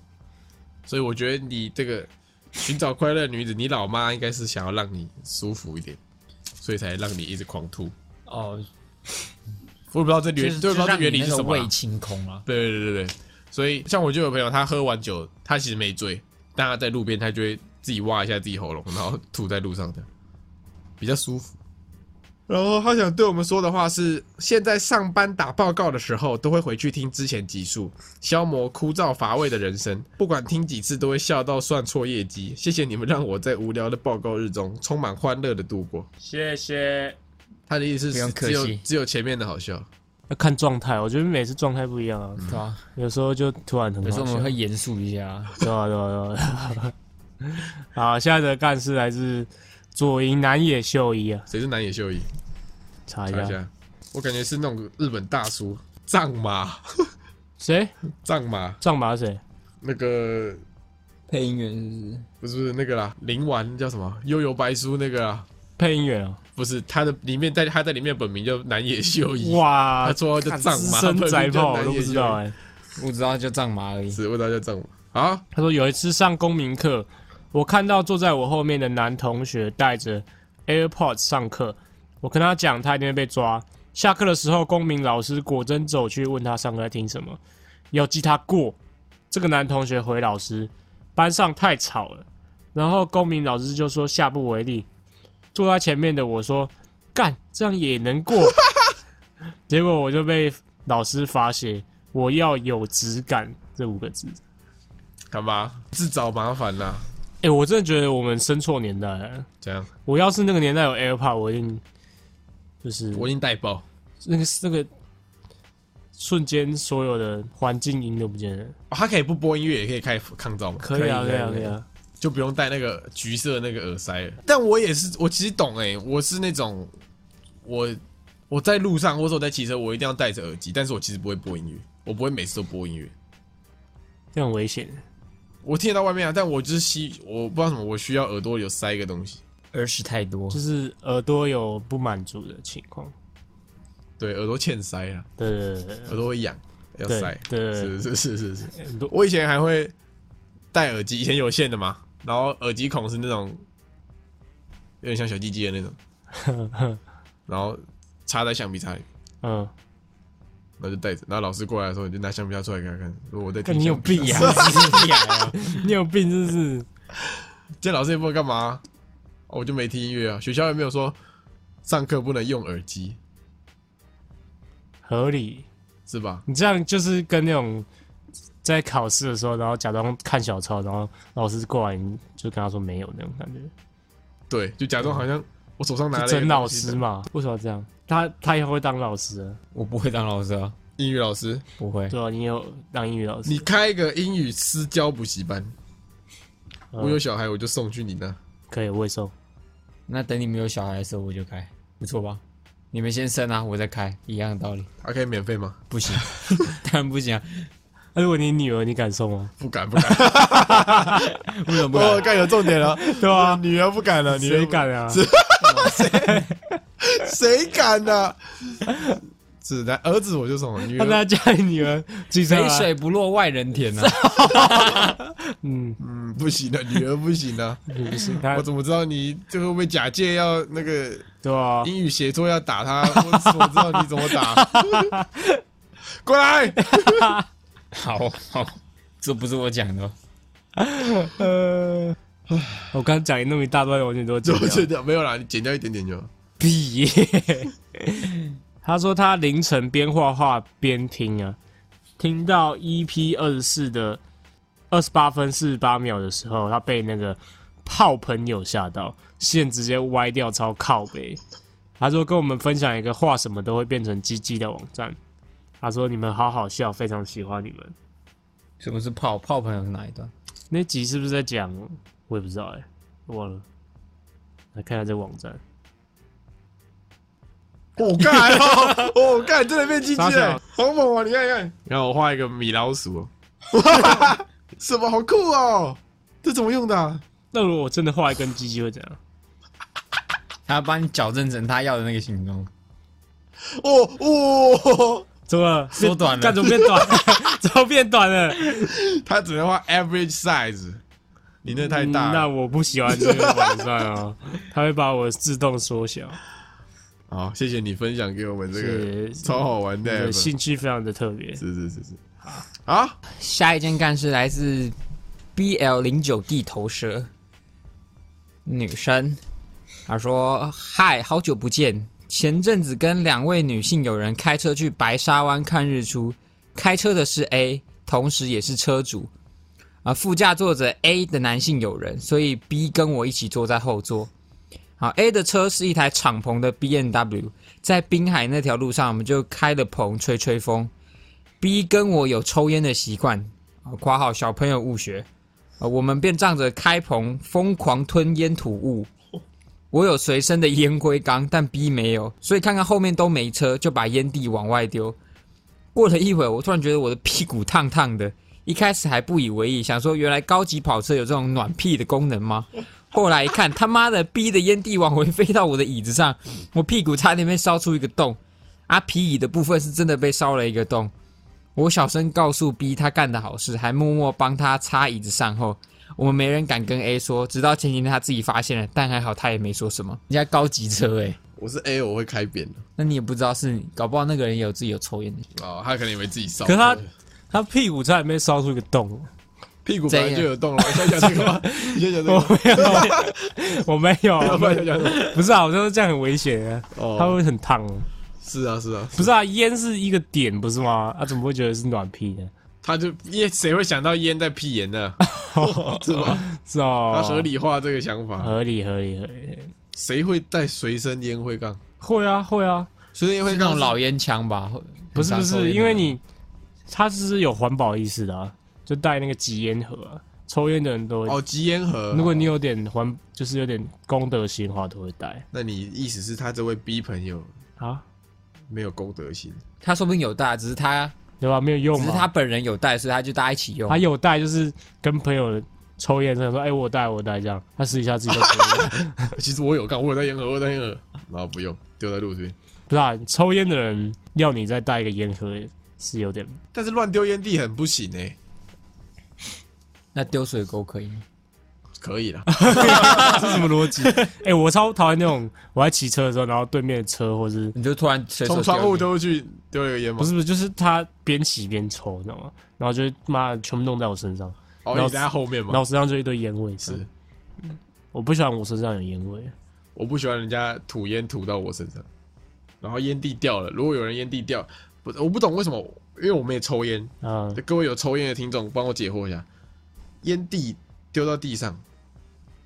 [SPEAKER 4] 所以我觉得你这个寻找快乐的女子，你老妈应该是想要让你舒服一点，所以才让你一直狂吐。
[SPEAKER 3] 哦，
[SPEAKER 4] 我也不知道这
[SPEAKER 3] 就
[SPEAKER 4] 原，
[SPEAKER 3] 是
[SPEAKER 4] 对，不知道这
[SPEAKER 3] 就让
[SPEAKER 4] 原
[SPEAKER 3] 你
[SPEAKER 4] 理是
[SPEAKER 3] 那
[SPEAKER 4] 什
[SPEAKER 3] 个
[SPEAKER 4] 么啦啊
[SPEAKER 3] 胃清空啊了。
[SPEAKER 4] 对对对对对，所以像我就有朋友，他喝完酒，他其实没醉，但他在路边他就会自己挖一下自己喉咙，然后吐在路上的，比较舒服。然后他想对我们说的话是：现在上班打报告的时候，都会回去听之前集数，消磨枯燥乏味的人生。不管听几次，都会笑到算错业绩。谢谢你们让我在无聊的报告日中充满欢乐的度过。
[SPEAKER 2] 谢谢。
[SPEAKER 4] 他的意思
[SPEAKER 3] 不
[SPEAKER 4] 是
[SPEAKER 3] 用客
[SPEAKER 4] 只有
[SPEAKER 3] 气
[SPEAKER 4] 只有前面的好笑，
[SPEAKER 2] 要看状态，我觉得每次状态不一样啊，
[SPEAKER 3] 对啊，
[SPEAKER 2] 有时候就突然很
[SPEAKER 3] 有
[SPEAKER 2] 嗯好
[SPEAKER 3] 时
[SPEAKER 2] 笑。
[SPEAKER 3] 候我们会严肃一 下啊。
[SPEAKER 2] 对啊，对啊，对啊。 好，下一则干事来自左营南野秀一啊，
[SPEAKER 4] 谁是南野秀一？
[SPEAKER 2] 查一
[SPEAKER 4] 查一
[SPEAKER 2] 下。
[SPEAKER 4] 下，我感觉是那种日本大叔藏马，
[SPEAKER 2] 谁？
[SPEAKER 4] 藏马
[SPEAKER 2] 藏马是谁？
[SPEAKER 4] 那个
[SPEAKER 3] 配音员
[SPEAKER 4] 不
[SPEAKER 3] 是
[SPEAKER 4] 是那个啦，灵丸叫什么？悠游白书那个啊，
[SPEAKER 2] 配音员哦。
[SPEAKER 4] 不是他的里面在他在里面本名叫南野秀一，
[SPEAKER 2] 哇，
[SPEAKER 4] 他绰号叫藏马，
[SPEAKER 2] 身
[SPEAKER 4] 本
[SPEAKER 2] 宅
[SPEAKER 4] 名叫
[SPEAKER 2] 炮
[SPEAKER 4] 南
[SPEAKER 2] 我
[SPEAKER 4] 野
[SPEAKER 2] 都不知道
[SPEAKER 4] 秀
[SPEAKER 2] 哎、
[SPEAKER 3] 不知道就藏马而
[SPEAKER 4] 一，
[SPEAKER 3] 已。
[SPEAKER 4] 是问他叫藏马啊？
[SPEAKER 2] 他说有一次上公民课，我看到坐在我后面的男同学带着 AirPods 上课，我跟他讲他一定会被抓。下课的时候，公民老师果真走去问他上课在听什么，要记他过。这个男同学回老师，班上太吵了。然后公民老师就说下不为例。坐在前面的我说干，这样也能过。 结果我就被老师罚写“我要有质感”这五个字。
[SPEAKER 4] 干嘛自找麻烦啦？
[SPEAKER 2] 哎、我真的觉得我们生错年代了。
[SPEAKER 4] 这样
[SPEAKER 2] 我要是那个年代有 AirPod，我一定就是
[SPEAKER 4] 我已经带爆
[SPEAKER 2] 那个那个瞬间所有的环境音都不见了。
[SPEAKER 4] 哦，他可以不播音乐，也可以开抗噪嘛？
[SPEAKER 2] 可以啊，
[SPEAKER 3] 可
[SPEAKER 2] 可
[SPEAKER 3] 以
[SPEAKER 2] 以啊，
[SPEAKER 3] 可以
[SPEAKER 2] 可以啊。
[SPEAKER 4] 就不用戴那个橘色那个耳塞了。但我也是，我其实懂哎、我是那种我我在路上或者我在骑车，我一定要戴着耳机，但是我其实不会播音乐，我不会每次都播音乐。
[SPEAKER 2] 这样很危险。
[SPEAKER 4] 我听得到外面啊，但我就是吸，我不知道什么，我需要耳朵里有塞一个东西，
[SPEAKER 3] 儿时太多
[SPEAKER 2] 就，是耳朵有不满足的情况。
[SPEAKER 4] 对，耳朵欠塞啊，
[SPEAKER 2] 对对对
[SPEAKER 4] 耳朵会痒，要
[SPEAKER 2] 对
[SPEAKER 4] 塞，
[SPEAKER 2] 对对
[SPEAKER 4] 是是
[SPEAKER 2] 对
[SPEAKER 4] 是是是。
[SPEAKER 2] 对，耳朵
[SPEAKER 4] 我以前还会戴耳机，以前有线的嘛，然后耳机孔是那种有点像小鸡鸡的那种，然后插在橡皮擦里。
[SPEAKER 2] 嗯，
[SPEAKER 4] 然后就带着，然后老师过来的时候，你就拿橡皮擦出来给他看，说我在听。
[SPEAKER 2] 看你有病呀、你有病是不是？
[SPEAKER 4] 今天老师也不知道干嘛、哦我就没听音乐啊。学校也没有说上课不能用耳机，
[SPEAKER 2] 合理。
[SPEAKER 4] 是吧？
[SPEAKER 2] 你这样就是跟那种在考试的时候，然后假装看小抄，然后老师过来你就跟他说没有那种感觉，
[SPEAKER 4] 对，就假装好像我手上拿了
[SPEAKER 2] 就
[SPEAKER 4] 一个
[SPEAKER 2] 整老
[SPEAKER 4] 东西
[SPEAKER 2] 师嘛？为什么要这样？他他以后会当老师啊，
[SPEAKER 3] 我不会当老师啊，
[SPEAKER 4] 英语老师，
[SPEAKER 3] 不会。
[SPEAKER 2] 对啊，你有当英语老师，
[SPEAKER 4] 你开一个英语私教补习班，
[SPEAKER 2] 嗯
[SPEAKER 4] 我有小孩我就送去你那。
[SPEAKER 2] 可以我会啊收，
[SPEAKER 3] 那等你们有小孩的时候我就开，不错吧？你们先生啊，我再开，一样的道理。
[SPEAKER 4] 还可以免费吗？
[SPEAKER 3] 不行，当然不行啊！
[SPEAKER 2] 那如果你女儿，你敢收 吗？
[SPEAKER 4] 不敢不敢，
[SPEAKER 3] 为什么不
[SPEAKER 4] 我
[SPEAKER 3] 敢？
[SPEAKER 4] 看有重点了。
[SPEAKER 2] 对啊，
[SPEAKER 4] 女儿不敢了，女儿
[SPEAKER 2] 谁
[SPEAKER 4] 不
[SPEAKER 2] 敢啊？
[SPEAKER 4] 谁敢呢？只男儿子我就送了，女
[SPEAKER 2] 他
[SPEAKER 4] 儿
[SPEAKER 2] 在家里女儿举手
[SPEAKER 3] 肥
[SPEAKER 2] 啊，
[SPEAKER 3] 水不落外人田啊！
[SPEAKER 2] 嗯，
[SPEAKER 4] 嗯不行的， 女儿不行的。
[SPEAKER 2] 不 行，他
[SPEAKER 4] 我怎么知道你最后被假借要那个
[SPEAKER 2] 对啊，
[SPEAKER 4] 英语写作要打他？我怎么知道你怎么打？ 过来，
[SPEAKER 3] 好好，这不是我讲的哦，
[SPEAKER 2] 呃，我刚讲那么一大段，我全都
[SPEAKER 4] 就
[SPEAKER 2] 剪掉
[SPEAKER 4] 剪掉没有啦，你剪掉一点点就好。
[SPEAKER 2] 毕业。他说他凌晨边画画边听啊，听到 EP 二十四的二十八分四十八秒的时候，他被那个炮朋友吓到，线直接歪掉，超靠背。他说跟我们分享一个画什么都会变成鸡鸡的网站。他说你们好好笑，非常喜欢你们。
[SPEAKER 3] 什么是泡泡朋友是哪一段？
[SPEAKER 2] 那集是不是在讲？我也不知道哎、忘了。来看一下这网站，
[SPEAKER 4] 我干哦，我干，真的变鸡鸡
[SPEAKER 2] 傻
[SPEAKER 4] 了
[SPEAKER 2] 小，
[SPEAKER 4] 好猛啊！你看，你看，然后我画一个米老鼠，哦 什么好酷哦？这怎么用的啊？
[SPEAKER 2] 那如果我真的画一根鸡鸡会怎样？
[SPEAKER 3] 他帮你矫正成他要的那个形状，
[SPEAKER 4] 哦哦，
[SPEAKER 2] 怎么
[SPEAKER 3] 缩短了
[SPEAKER 2] 干怎么变 短？怎么变短了？
[SPEAKER 4] 他只能画 average size，你那太大
[SPEAKER 2] 嗯
[SPEAKER 4] 了
[SPEAKER 2] 那。我不喜欢这个网站 哦，它会把我自动缩小。
[SPEAKER 4] 好，谢谢你分享给我们这个
[SPEAKER 2] 是
[SPEAKER 4] 超好玩
[SPEAKER 2] 你
[SPEAKER 4] 的 app，
[SPEAKER 2] 的兴趣非常的特别，
[SPEAKER 4] 哎是是是是，啊，
[SPEAKER 3] 下一件干事来自 BL 零九 D 头蛇女生，她说：“嗨，好久不见。前阵子跟两位女性友人开车去白沙湾看日出，开车的是 A，同时也是车主，啊，副驾坐着 A 的男性友人，所以 B 跟我一起坐在后座。好，A 的车是一台敞篷的 B N W，在滨海那条路上，我们就开了棚吹吹风。B 跟我有抽烟的习惯，啊括号小啊朋友勿学，呃，我们便仗着开棚疯狂吞烟吐雾，我有随身的烟灰缸，但 B 没有，所以看看后面都没车，就把烟蒂往外丢。过了一会儿，我突然觉得我的屁股烫烫的，一开始还不以为意，想说原来高级跑车有这种暖屁的功能吗？后来一看，他妈的逼的烟蒂往回飞到我的椅子上，我屁股差点被烧出一个洞。啊，皮椅的部分是真的被烧了一个洞。我小声告诉 B 他干的好事，还默默帮他擦椅子善后。我们没人敢跟 A 说，直到前几天他自己发现了，但还好他也没说什么。人家高级车欸诶、
[SPEAKER 4] 我是 A，我会开扁的
[SPEAKER 3] 那你也不知道是你，搞不好那个人也有自己有抽烟的。
[SPEAKER 4] 哦，他可能以为自己烧，
[SPEAKER 2] 可是他他屁股差点被烧出一个洞。
[SPEAKER 4] 哦屁股本来就有洞了。你想讲这 个吗？你想讲这个
[SPEAKER 2] 我
[SPEAKER 4] 吗？
[SPEAKER 2] 没有，
[SPEAKER 4] 要
[SPEAKER 2] 我没有，
[SPEAKER 4] 不然想讲什么？
[SPEAKER 2] 不是啊，我说这样很危险啊，它
[SPEAKER 4] 哦，
[SPEAKER 2] 会很烫。
[SPEAKER 4] 是啊是啊，
[SPEAKER 2] 不是啊，烟是一个点，不是吗？啊，怎么会觉得是暖屁呢？
[SPEAKER 4] 他就烟，谁会想到烟在屁眼呢？ 是吧？
[SPEAKER 2] 是哦，
[SPEAKER 4] 他合理化这个想法，
[SPEAKER 2] 合理，合理，合理。
[SPEAKER 4] 谁会带随身烟灰缸？
[SPEAKER 2] 会啊，会啊，
[SPEAKER 4] 随身烟
[SPEAKER 3] 是
[SPEAKER 4] 灰
[SPEAKER 3] 那
[SPEAKER 4] 缸
[SPEAKER 3] 种
[SPEAKER 4] 是
[SPEAKER 3] 老烟枪吧？
[SPEAKER 2] 不是
[SPEAKER 3] 很
[SPEAKER 2] 不
[SPEAKER 3] 少抽烟
[SPEAKER 2] 是，
[SPEAKER 3] 的
[SPEAKER 2] 因为你他是有环保意识的、啊，就带那个集烟盒、啊，抽烟的人都会。
[SPEAKER 3] 啊
[SPEAKER 4] 哦，集烟盒。
[SPEAKER 2] 如果你有点环，就是有点公德心的话，都会带
[SPEAKER 4] 那你意思是他这位 B 朋友
[SPEAKER 2] 啊，
[SPEAKER 4] 没有公德心？
[SPEAKER 3] 他说不定有带，只是他
[SPEAKER 2] 对吧？没有用
[SPEAKER 3] 只是
[SPEAKER 2] 嘛。
[SPEAKER 3] 他本人有带，所以他就大家一起用
[SPEAKER 2] 他。有带，就是跟朋友抽烟的时候说：“哎、我带，我带。”这样，他试一下自己就可以 了。
[SPEAKER 4] 其实我有干，我有带烟盒，我有带烟盒，然后不用丢在路边。
[SPEAKER 2] 不是、啊，抽烟的人要你再带一个烟盒是有点
[SPEAKER 4] 但是乱丢烟蒂很不行哎、
[SPEAKER 3] 那丢水沟可以吗？
[SPEAKER 4] 可 以啦，
[SPEAKER 2] 这什么逻辑？哎、我超讨厌那种我在骑车的时候，然后对面的车或是
[SPEAKER 3] 你就突然随手
[SPEAKER 4] 从
[SPEAKER 3] 丢
[SPEAKER 4] 窗户丢出去丢了一个烟吗
[SPEAKER 2] 不？是不是，就是他边骑边抽，你知道吗？然后就妈的全部弄在我身上，
[SPEAKER 4] 哦，
[SPEAKER 2] 然
[SPEAKER 4] 你
[SPEAKER 2] 后
[SPEAKER 4] 在他后面
[SPEAKER 2] 然后
[SPEAKER 4] 吗？
[SPEAKER 2] 我身上就一堆烟味。
[SPEAKER 4] 是，
[SPEAKER 2] 我不喜欢我身上有烟味。
[SPEAKER 4] 我不喜欢人家吐烟吐到我身上，然后烟蒂掉了。如果有人烟蒂掉，不，我不懂为什么，因为我们也抽烟。
[SPEAKER 2] 嗯，
[SPEAKER 4] 各位有抽烟的听众，帮我解惑一下，烟蒂丢到地上，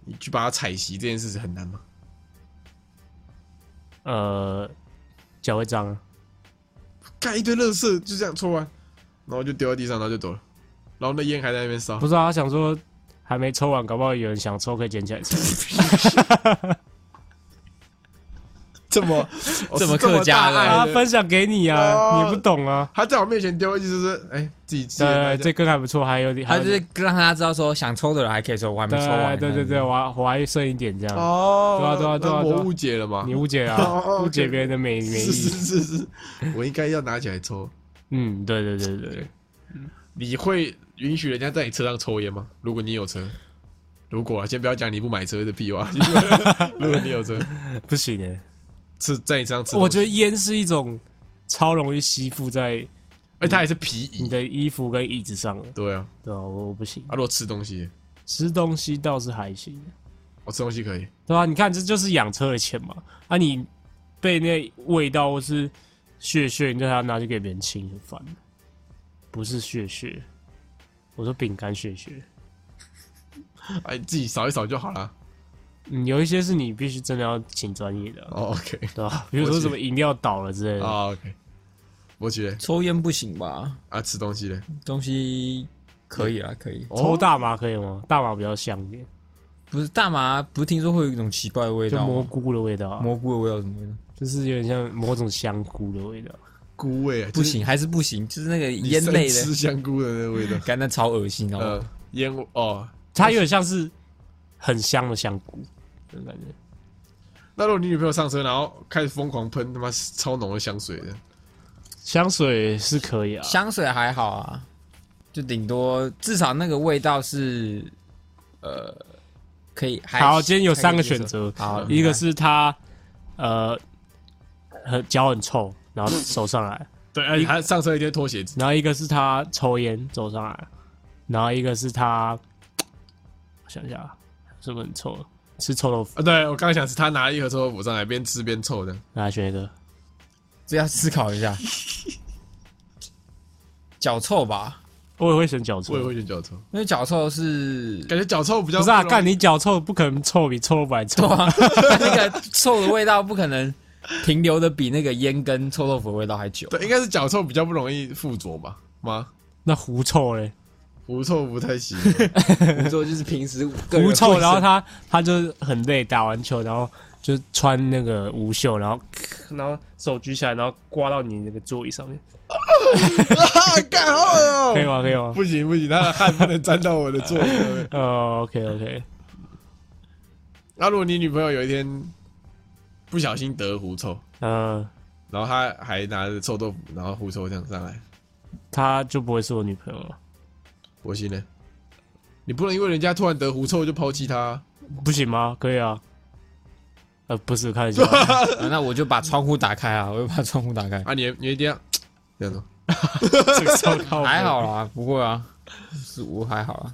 [SPEAKER 4] 你去把它踩熄这件事是很难吗？
[SPEAKER 2] 呃，脚会脏啊。
[SPEAKER 4] 干一堆垃圾就这样抽完，然后就丢在地上，然后就走了，然后那烟还在那边烧
[SPEAKER 2] 不。是啊，他想说还没抽完，搞不好有人想抽可以捡起来抽。
[SPEAKER 4] 哦这 么
[SPEAKER 3] 这么客家的
[SPEAKER 4] 的
[SPEAKER 2] 啊，分享给你啊，
[SPEAKER 4] 哦
[SPEAKER 2] 你也不懂啊。
[SPEAKER 4] 他在我面前丢，意思就是哎、自己自己拿
[SPEAKER 2] 对，
[SPEAKER 4] 一下
[SPEAKER 2] 这根还不错，还有点，还
[SPEAKER 3] 他
[SPEAKER 2] 有
[SPEAKER 3] 就
[SPEAKER 2] 点
[SPEAKER 3] 是让大家知道说想抽的人还可以抽，我还没抽完。
[SPEAKER 2] 对对对对，我还我还剩一点这样。
[SPEAKER 4] 哦，
[SPEAKER 2] 对啊对啊对啊
[SPEAKER 4] 那
[SPEAKER 2] 对啊
[SPEAKER 4] 我误解了嘛
[SPEAKER 2] 你？误解
[SPEAKER 4] 哦
[SPEAKER 2] 啊，
[SPEAKER 4] 哦
[SPEAKER 2] 误解
[SPEAKER 4] OK，OK
[SPEAKER 2] 别人的美美
[SPEAKER 4] 是
[SPEAKER 2] 意。
[SPEAKER 4] 是 是是，我应该要拿起来抽。
[SPEAKER 2] 嗯，对对对对。
[SPEAKER 4] 你会允许人家在你车上抽烟吗？如果你有车，如果啊，先不要讲你不买车的屁 话，如果你有车，
[SPEAKER 2] 不行哎、
[SPEAKER 4] 吃在你车上吃东西，
[SPEAKER 2] 我觉得烟是一种超容易吸附在
[SPEAKER 4] 哎，他也是皮
[SPEAKER 2] 你
[SPEAKER 4] 椅，
[SPEAKER 2] 的衣服跟椅子上的，
[SPEAKER 4] 对啊，
[SPEAKER 2] 对啊，我我不行
[SPEAKER 4] 啊，。如果吃东西，
[SPEAKER 2] 吃东西倒是还行，
[SPEAKER 4] 我吃东西可以，
[SPEAKER 2] 对吧、啊？你看这就是养车的钱嘛，啊，你被那味道或是血血，你就还要拿去给别人清，很烦。不是血血，我说饼干血血，
[SPEAKER 4] 哎，自己扫一扫就好了。
[SPEAKER 2] 嗯，有一些是你必须真的要请专业的啊、
[SPEAKER 4] 哦，OK，
[SPEAKER 2] 对吧、比如
[SPEAKER 4] 我
[SPEAKER 2] 说
[SPEAKER 4] 记
[SPEAKER 2] 什么饮料倒了之类的，
[SPEAKER 4] 啊，OK，我觉得
[SPEAKER 3] 抽烟不行吧？
[SPEAKER 4] 啊，吃东西嘞，
[SPEAKER 3] 东西可以啊，可以。
[SPEAKER 2] 抽大麻可以吗？大麻比较香一点，
[SPEAKER 3] 不是大麻，不是听说会有一种奇怪的味
[SPEAKER 2] 就
[SPEAKER 3] 道
[SPEAKER 2] 蘑
[SPEAKER 3] 吗？
[SPEAKER 2] 菇的味道啊、
[SPEAKER 3] 蘑菇的味道什么味道？
[SPEAKER 2] 就是有点像某种香菇的味道。
[SPEAKER 4] 菇味啊
[SPEAKER 3] 不，行，还是不行，就是那个
[SPEAKER 4] 就是
[SPEAKER 3] 烟类
[SPEAKER 4] 你生吃
[SPEAKER 3] 的，
[SPEAKER 4] 香菇的那个味 道，
[SPEAKER 3] 感觉超恶心哦。
[SPEAKER 4] 呃，烟味哦。
[SPEAKER 2] 它有点像是很香的香菇，那种感觉。
[SPEAKER 4] 那如果你女朋友上车，然后开始疯狂喷他妈超浓的香水的，
[SPEAKER 2] 香水是可以啊，
[SPEAKER 3] 香水还好啊，就顶多至少那个味道是，呃，可以。还
[SPEAKER 2] 好，今天有三个选，择，
[SPEAKER 3] 好
[SPEAKER 2] 一个是他呃，很脚很臭，然后手上来，
[SPEAKER 4] 对，而且他上车一定会脱鞋子，
[SPEAKER 2] 然后一个是他抽烟走上来，然后一个是他，我想一下，是不是很臭？吃臭豆腐，
[SPEAKER 4] 啊，对我刚刚想是他拿一盒臭豆腐上来，边吃边臭的，
[SPEAKER 2] 那来选一个，
[SPEAKER 3] 这要思考一下。脚臭吧，
[SPEAKER 2] 我也会选脚臭
[SPEAKER 4] 我也。会选脚臭，
[SPEAKER 3] 因为脚臭是
[SPEAKER 4] 感觉脚臭比较
[SPEAKER 2] 啊不是啊，
[SPEAKER 4] 容易
[SPEAKER 2] 干你脚臭不可能臭比臭豆腐还臭，
[SPEAKER 4] 啊
[SPEAKER 2] 啊
[SPEAKER 3] 那个臭的味道不可能停留的比那个烟跟臭豆腐的味道还久。
[SPEAKER 4] 对，应该是脚臭比较不容易附着吧？吗？
[SPEAKER 2] 那狐臭嘞？
[SPEAKER 4] 狐臭不太行。
[SPEAKER 3] 狐臭就是平时个人
[SPEAKER 2] 狐臭，
[SPEAKER 3] 卫生啊
[SPEAKER 2] 然后他他就很累，打完球然后就穿那个无袖，然后然后手举起来，然后刮到你那个座椅上面，
[SPEAKER 4] 啊，干好恶哦
[SPEAKER 2] 可以吗？可以 吗？
[SPEAKER 4] 不行不行，他的汗不能沾到我的座椅上 面。
[SPEAKER 2] 呃，OK OK，
[SPEAKER 4] 那如果你女朋友有一天不小心得狐臭，
[SPEAKER 2] 呃，
[SPEAKER 4] 然后她还拿着臭豆腐，然后狐臭这样上来，
[SPEAKER 2] 他就不会是我女朋友了。
[SPEAKER 4] 我信呢？你不能因为人家突然得狐臭就抛弃他啊、
[SPEAKER 2] 不行吗？可以啊。呃，不是，开 玩笑。
[SPEAKER 3] 啊那我就把窗户打开啊，我就把窗户打开，
[SPEAKER 4] 啊！你你一定要这样子，
[SPEAKER 2] 这个超靠谱
[SPEAKER 3] 还好啦，不会啊，是我还好啊，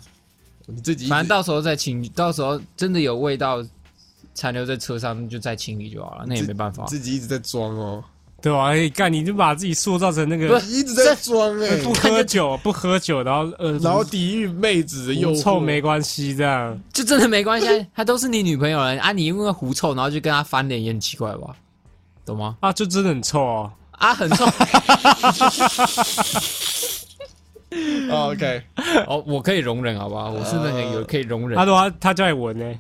[SPEAKER 4] 你自己一直
[SPEAKER 3] 反正到时候再清理，到时候真的有味道残留在车上就再清理就好了，那也没办法。
[SPEAKER 4] 自己一直在装哦，
[SPEAKER 2] 对吧、啊？哎干，你就把自己塑造成那
[SPEAKER 3] 不
[SPEAKER 2] 个
[SPEAKER 3] 是
[SPEAKER 4] 你一直在装哎、
[SPEAKER 2] 不喝酒、不喝酒，然后呃，
[SPEAKER 4] 然后抵御妹子的诱
[SPEAKER 2] 又
[SPEAKER 4] 惑，
[SPEAKER 2] 臭没关系这样。
[SPEAKER 3] 就真的没关系啊，她都是你女朋友了啊！你因为狐臭，然后就跟她翻脸，也很奇怪吧？懂吗？
[SPEAKER 2] 啊，就真的很臭哦。
[SPEAKER 3] 啊，很 臭
[SPEAKER 4] 哦 OK，
[SPEAKER 3] 哦，我可以容忍，好不好？我是那个
[SPEAKER 4] 呃
[SPEAKER 3] 有可以容忍
[SPEAKER 2] 他，说他啊他叫你闻呢，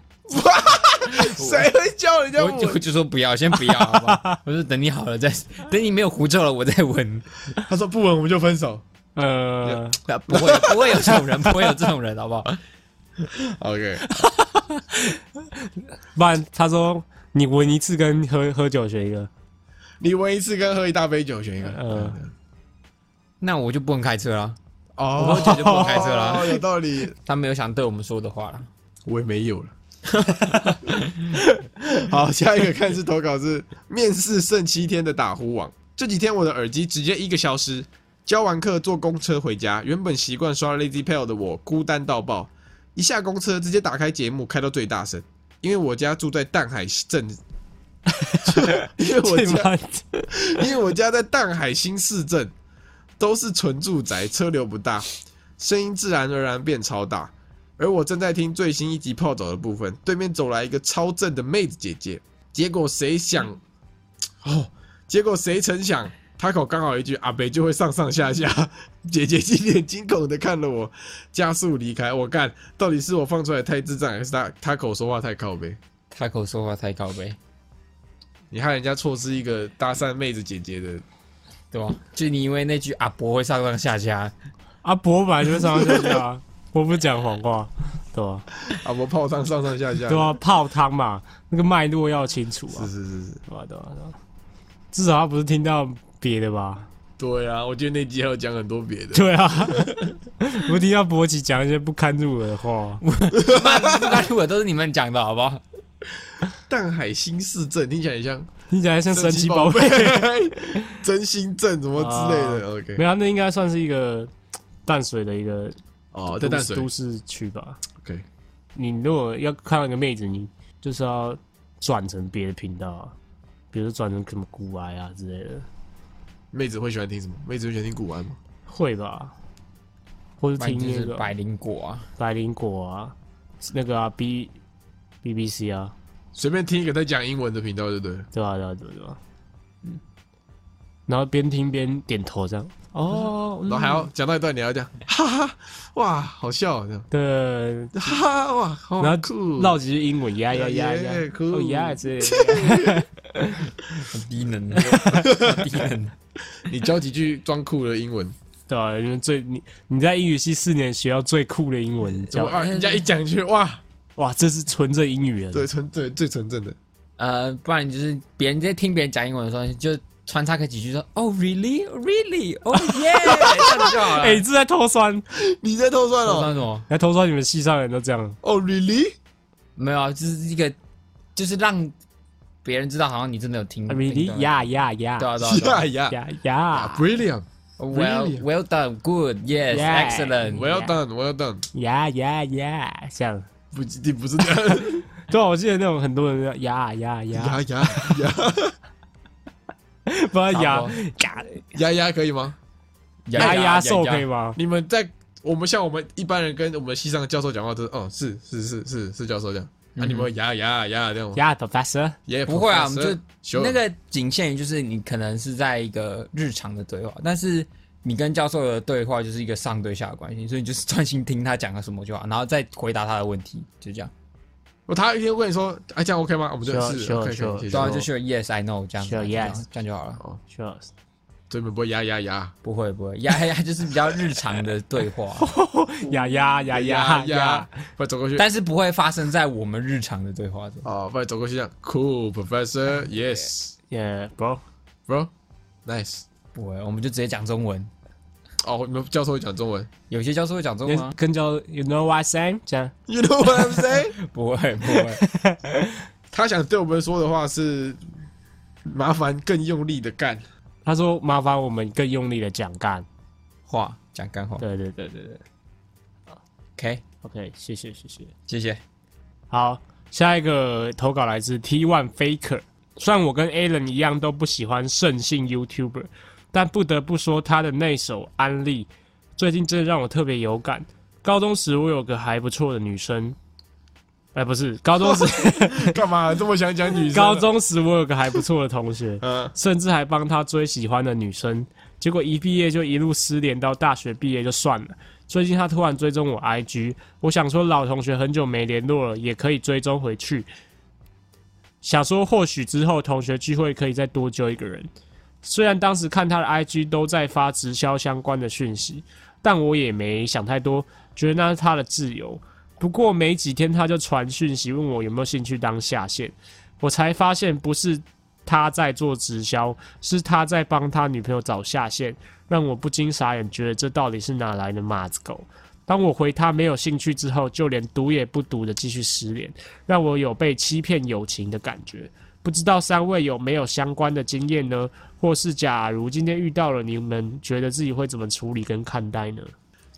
[SPEAKER 4] 谁会叫人家
[SPEAKER 3] 我
[SPEAKER 4] 我
[SPEAKER 3] 就就说不要，先不要，好不好？我说等你好了再，等你没有狐臭了，我再 闻。
[SPEAKER 4] 他说不闻我们就分手。
[SPEAKER 2] 呃，
[SPEAKER 3] 啊不会，不会有这种人，不会有这种人，好不好？
[SPEAKER 4] OK，
[SPEAKER 2] 不然他说你闻一次跟喝喝酒选一个，
[SPEAKER 4] 你闻一次跟喝一大杯酒选一个。
[SPEAKER 2] 呃
[SPEAKER 3] 嗯那我就不能开车了。
[SPEAKER 4] 哦，
[SPEAKER 3] 喝酒就不能开车 了
[SPEAKER 4] 哦有道理。
[SPEAKER 3] 他没有想对我们说的话了。
[SPEAKER 4] 我也没有了。 好，下一个看是投稿是面试剩七天的打呼王。这几天我的耳机直接一个消失。教完课坐公车回家，原本习惯刷 Lazy p a l 的我孤单到爆，一下公车直接打开节目开到最大声，因为我家住在淡海镇， 因为我
[SPEAKER 2] 对
[SPEAKER 4] 家
[SPEAKER 2] 吗？
[SPEAKER 4] 因为我家在淡海新市镇，都是纯住宅，车流不大，声音自然而然变超大。而我正在听最新一集泡澡的部分，对面走来一个超正的妹子姐姐，结果谁想，哦，结果谁曾想，她口刚好一句阿北就会上上下下，姐姐一脸惊恐的看了我，加速离开。我干，到底是我放出来太智障，还是她她口说话太靠背？
[SPEAKER 3] 他口说话太高呗，
[SPEAKER 4] 你害人家错失一个搭讪妹子姐姐的
[SPEAKER 3] 对吧？就你因为那句阿伯会上上下下，
[SPEAKER 2] 阿啊伯本来就上上下下啊，我不讲谎话，对吧、
[SPEAKER 4] 阿伯泡汤上上下下的，
[SPEAKER 2] 对啊，泡汤嘛，那个脉络要清楚啊
[SPEAKER 4] 是，是是是，
[SPEAKER 2] 对吧、对吧、对吧、至少他不是听到别的吧？
[SPEAKER 4] 对啊，我觉得那集还有讲很多别的。
[SPEAKER 2] 对 啊，我听到博奇讲一些不堪入耳的话，
[SPEAKER 3] 妈不该录的都是你们讲的，好不好？
[SPEAKER 4] 淡海新市镇听起来很像
[SPEAKER 2] 听起来像神奇宝贝。
[SPEAKER 4] 贝、真心镇什么之类的。
[SPEAKER 2] 没
[SPEAKER 4] OK，
[SPEAKER 2] 有啊，那应该算是一个淡水的一个
[SPEAKER 4] 哦，
[SPEAKER 2] 都
[SPEAKER 4] 在淡
[SPEAKER 2] 市
[SPEAKER 4] 水
[SPEAKER 2] 都市区吧。
[SPEAKER 4] OK，
[SPEAKER 2] 你如果要看到一个妹子，你就是要转成别的频道、啊，比如说转成什么古癌啊之类的，
[SPEAKER 4] 妹子会喜欢听什么？妹子会喜欢听古玩吗？
[SPEAKER 2] 会吧？或者
[SPEAKER 3] 不然
[SPEAKER 2] 听
[SPEAKER 3] 就
[SPEAKER 2] 那
[SPEAKER 3] 是
[SPEAKER 2] 个
[SPEAKER 3] 百灵果啊，
[SPEAKER 2] 百灵果啊，那个啊 B B B C 啊，
[SPEAKER 4] 随便听一个在讲英文的频道就对了。
[SPEAKER 2] 对吧、对吧、对吧、对吧、嗯，然后边听边点头这样。哦，
[SPEAKER 4] 然后还要讲到一段，你还要这样，哈哈，哇，好笑哦这样，
[SPEAKER 2] 对，
[SPEAKER 4] 哈哈，哇，好
[SPEAKER 2] 然
[SPEAKER 4] 酷
[SPEAKER 2] 后，绕几句英文，呀呀呀
[SPEAKER 4] Yeah,
[SPEAKER 2] 呀
[SPEAKER 4] cool.，
[SPEAKER 2] 哦呀之类的。
[SPEAKER 3] 很低能，很低能。
[SPEAKER 4] 你教几句装酷的英文，
[SPEAKER 2] 对啊，因为最你你在英语系四年学到最酷的英文，你知道吗
[SPEAKER 4] 哇，人家一讲嗯就哇，
[SPEAKER 2] 哇，这是纯正英语啊
[SPEAKER 4] 对，
[SPEAKER 2] 的，
[SPEAKER 4] 纯最最纯正的，
[SPEAKER 3] 呃，不然就是别人在听别人讲英文的时候，就穿插个几句说，哦，really really，哦耶，这样就好了。
[SPEAKER 2] 哎、这在偷酸，
[SPEAKER 4] 你在偷算
[SPEAKER 3] 我算
[SPEAKER 4] 哦？
[SPEAKER 3] 什么？
[SPEAKER 2] 来偷酸你们系上的人都这样，
[SPEAKER 4] 哦，really？
[SPEAKER 3] 没有啊，就是一个，就是让别人知道，好像你真的有听。
[SPEAKER 2] 啊米
[SPEAKER 3] 听
[SPEAKER 2] 迪
[SPEAKER 3] 到
[SPEAKER 2] 呀呀呀
[SPEAKER 3] 对啊，对啊， 对 啊
[SPEAKER 4] 呀呀啊
[SPEAKER 2] 呀呀
[SPEAKER 4] ，brilliant！
[SPEAKER 3] Well,
[SPEAKER 4] Really?
[SPEAKER 3] well done, good, yes,
[SPEAKER 2] Yeah.
[SPEAKER 3] excellent.
[SPEAKER 4] Well done，Well done。
[SPEAKER 2] 呀呀呀，这样，
[SPEAKER 4] 不，你不是这样，
[SPEAKER 2] 对啊，我记得那种很多人呀呀呀，
[SPEAKER 4] 牙牙牙
[SPEAKER 2] 不然
[SPEAKER 3] 差
[SPEAKER 2] 呀
[SPEAKER 3] 不多
[SPEAKER 2] 呀
[SPEAKER 4] 牙牙可以吗？
[SPEAKER 2] 呀呀兽可以？吗？
[SPEAKER 4] 你们在我们像我们一般人跟我们西藏教授讲话都是，哦，是是是是是教授这样，那你们牙牙牙这样吗？
[SPEAKER 2] 呀 professor，
[SPEAKER 4] 也
[SPEAKER 3] 不会啊我们就
[SPEAKER 4] 就
[SPEAKER 3] 那个仅限于就是你可能是在一个日常的对话，但是你跟教授的对话就是一个上对下的关系，所以你就是专心听他讲了什么就好，然后再回答他的问题，就这样。
[SPEAKER 4] 我哦他一天问你说，哎，这样 OK 吗？我们就
[SPEAKER 2] Sure，
[SPEAKER 4] 是
[SPEAKER 2] sure，
[SPEAKER 4] 可以可
[SPEAKER 2] sure
[SPEAKER 4] 以可以
[SPEAKER 3] 对啊，
[SPEAKER 4] 可以，
[SPEAKER 3] 就 sure yes I know 这样子
[SPEAKER 2] Sure，
[SPEAKER 3] 就这样
[SPEAKER 2] yes
[SPEAKER 3] 这样就好了。
[SPEAKER 2] Sure，
[SPEAKER 4] 对面不会呀呀呀
[SPEAKER 3] 不会不会，呀呀，就是比较日常的对话，
[SPEAKER 2] 呀呀呀呀呀！，
[SPEAKER 4] 不然走过去，
[SPEAKER 3] 但是不会发生在我们日常的对话中。
[SPEAKER 4] 哦，不然走过去这样，Cool Professor Yes
[SPEAKER 2] 耶，bro，
[SPEAKER 4] Bro Nice，
[SPEAKER 3] 不会，我们就直接讲中文。
[SPEAKER 4] 哦，你们教授会讲中文
[SPEAKER 3] 有些教授会讲中文
[SPEAKER 2] 跟
[SPEAKER 3] 啊，
[SPEAKER 2] 跟教，you know what Sam 这样，
[SPEAKER 4] ，You know what I'm saying？
[SPEAKER 3] 不会不会，
[SPEAKER 4] 他想对我们说的话是麻烦更用力的干，
[SPEAKER 2] 他说麻烦我们更用力的讲干。
[SPEAKER 3] 话讲干话。
[SPEAKER 2] 对对对对对
[SPEAKER 3] OK，
[SPEAKER 2] ，OK，谢谢谢谢。
[SPEAKER 3] 谢谢。
[SPEAKER 2] 好，下一个投稿来自 T One Faker。虽然我跟 Alan 一样都不喜欢圣性 YouTuber，但不得不说他的那首《安利》最近真的让我特别有感。高中时我有个还不错的女生，哎、不是，高中时
[SPEAKER 4] 干嘛这么想讲女生？
[SPEAKER 2] 高，中时我有个还不错的同学，
[SPEAKER 4] 嗯，
[SPEAKER 2] 甚至还帮他追喜欢的女生，结果一毕业就一路失联，到大学毕业就算了。最近他突然追踪我 IG，我想说老同学很久没联络了，也可以追踪回去。想说或许之后同学聚会可以再多揪一个人。虽然当时看他的 IG 都在发直销相关的讯息，但我也没想太多，觉得那是他的自由。不过没几天他就传讯息问我有没有兴趣当下线，我才发现不是他在做直销，是他在帮他女朋友找下线，让我不禁傻眼，觉得这到底是哪来的马子狗？当我回他没有兴趣之后，就连读也不读的继续失联，让我有被欺骗友情的感觉。不知道三位有没有相关的经验呢？或是假如今天遇到了，你们觉得自己会怎么处理跟看待呢？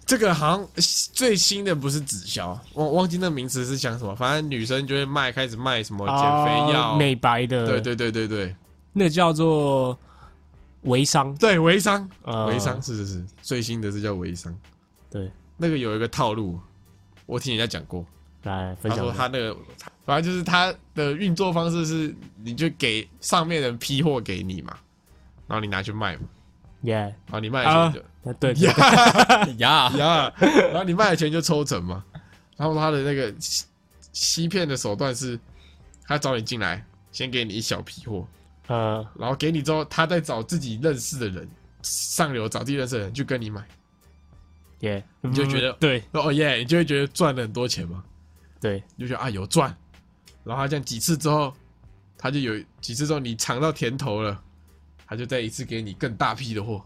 [SPEAKER 4] 这个好像最新的不是直销，我忘记那名词是讲什么，反正女生就会卖，开始卖什么减肥药，
[SPEAKER 2] 啊美白的，
[SPEAKER 4] 对，对对对对
[SPEAKER 2] 那叫做微商，
[SPEAKER 4] 对，微商，
[SPEAKER 2] 呃
[SPEAKER 4] 微商是是是，最新的是叫微商，
[SPEAKER 2] 对，
[SPEAKER 4] 那个有一个套路，我听人家讲过，
[SPEAKER 2] 来分
[SPEAKER 4] 他
[SPEAKER 2] 享
[SPEAKER 4] 说
[SPEAKER 2] 一下。
[SPEAKER 4] 他那个，反正就是他的运作方式是，你就给上面人批货给你嘛，然后你拿去卖嘛，
[SPEAKER 2] 耶，
[SPEAKER 4] 然后你卖了钱就。
[SPEAKER 2] 那对，对
[SPEAKER 4] 呀
[SPEAKER 3] 呀，
[SPEAKER 4] 呀，然后你卖的钱就抽成嘛。然后他的那个欺欺骗的手段是，他找你进来，先给你一小批货，
[SPEAKER 2] 呃，
[SPEAKER 4] 然后给你之后，他再找自己认识的人，上流找自己认识的人去跟你买。
[SPEAKER 2] 耶，
[SPEAKER 4] 你就觉得
[SPEAKER 2] 嗯对
[SPEAKER 4] 哦耶，你就会觉得赚了很多钱嘛，
[SPEAKER 2] 对，
[SPEAKER 4] 你就觉得啊有赚。然后他这样几次之后，他就有几次之后你尝到甜头了，他就再一次给你更大批的货，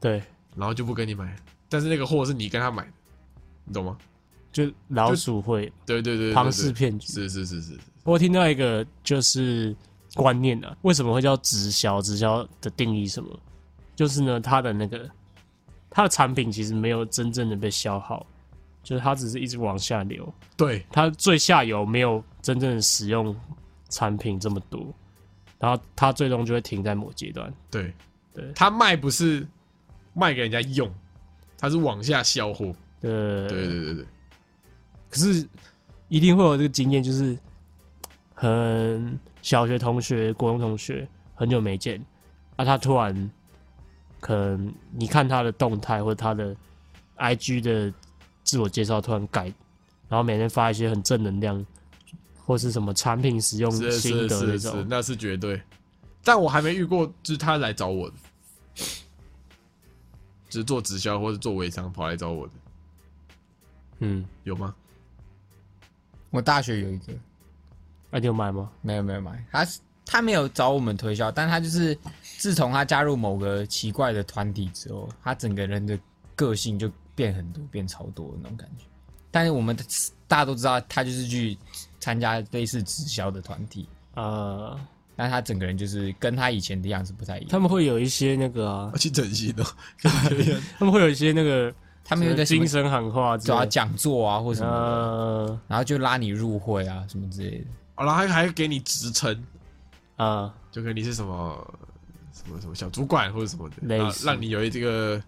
[SPEAKER 2] 对，
[SPEAKER 4] 然后就不跟你买了。但是那个货是你跟他买的，你懂吗？
[SPEAKER 2] 就老鼠会、
[SPEAKER 4] 对对对对对
[SPEAKER 2] 庞氏骗局。
[SPEAKER 4] 是是是是。
[SPEAKER 2] 我听到一个就是观念啊，为什么会叫直销？直销的定义是什么？就是呢，它的那个它的产品其实没有真正的被消耗，就是它只是一直往下流，
[SPEAKER 4] 对，
[SPEAKER 2] 它最下游没有真正的使用产品这么多，然后它最终就会停在某阶段。
[SPEAKER 4] 对，
[SPEAKER 2] 对
[SPEAKER 4] 他卖不是卖给人家用，他是往下销货。
[SPEAKER 2] 对
[SPEAKER 4] 对对对对，
[SPEAKER 2] 可是一定会有这个经验，就是很小学同学、国中同学很久没见，啊，他突然可能你看他的动态或者他的 IG 的自我介绍突然改，然后每天发一些很正能量或是什么产品使用
[SPEAKER 4] 是
[SPEAKER 2] 心
[SPEAKER 4] 是
[SPEAKER 2] 得那
[SPEAKER 4] 是是
[SPEAKER 2] 种，，
[SPEAKER 4] 那是绝对。但我还没遇过，就是他来找我的，就是做直销或者做微商跑来找我的，
[SPEAKER 2] 嗯，
[SPEAKER 4] 有吗？
[SPEAKER 3] 我大学有一个，
[SPEAKER 2] 那、啊你有买吗？
[SPEAKER 3] 没有没有买，他是他没有找我们推销，但他就是自从他加入某个奇怪的团体之后，他整个人的个性就变很多，变超多的那种感觉。但是我们大家都知道，他就是去参加类似直销的团体，
[SPEAKER 2] 呃，
[SPEAKER 3] 但他整个人就是跟他以前的样子不太一样。
[SPEAKER 2] 他们会有一 些那个啊、
[SPEAKER 4] 我去整形哦 的，
[SPEAKER 2] 他们会有一些那个
[SPEAKER 3] 他们有一个什么
[SPEAKER 2] 精神喊话之
[SPEAKER 3] 找
[SPEAKER 2] 类
[SPEAKER 3] 他
[SPEAKER 2] 的，
[SPEAKER 3] 讲座啊，或什么的，
[SPEAKER 2] 呃
[SPEAKER 3] 然后就拉你入会啊，什么之类的。
[SPEAKER 4] 哦然后还还给你职称，
[SPEAKER 2] 啊，
[SPEAKER 4] 就跟你是什么什么什么小主管或者什么的，
[SPEAKER 2] 类
[SPEAKER 4] 然后
[SPEAKER 2] 似
[SPEAKER 4] 让你有这个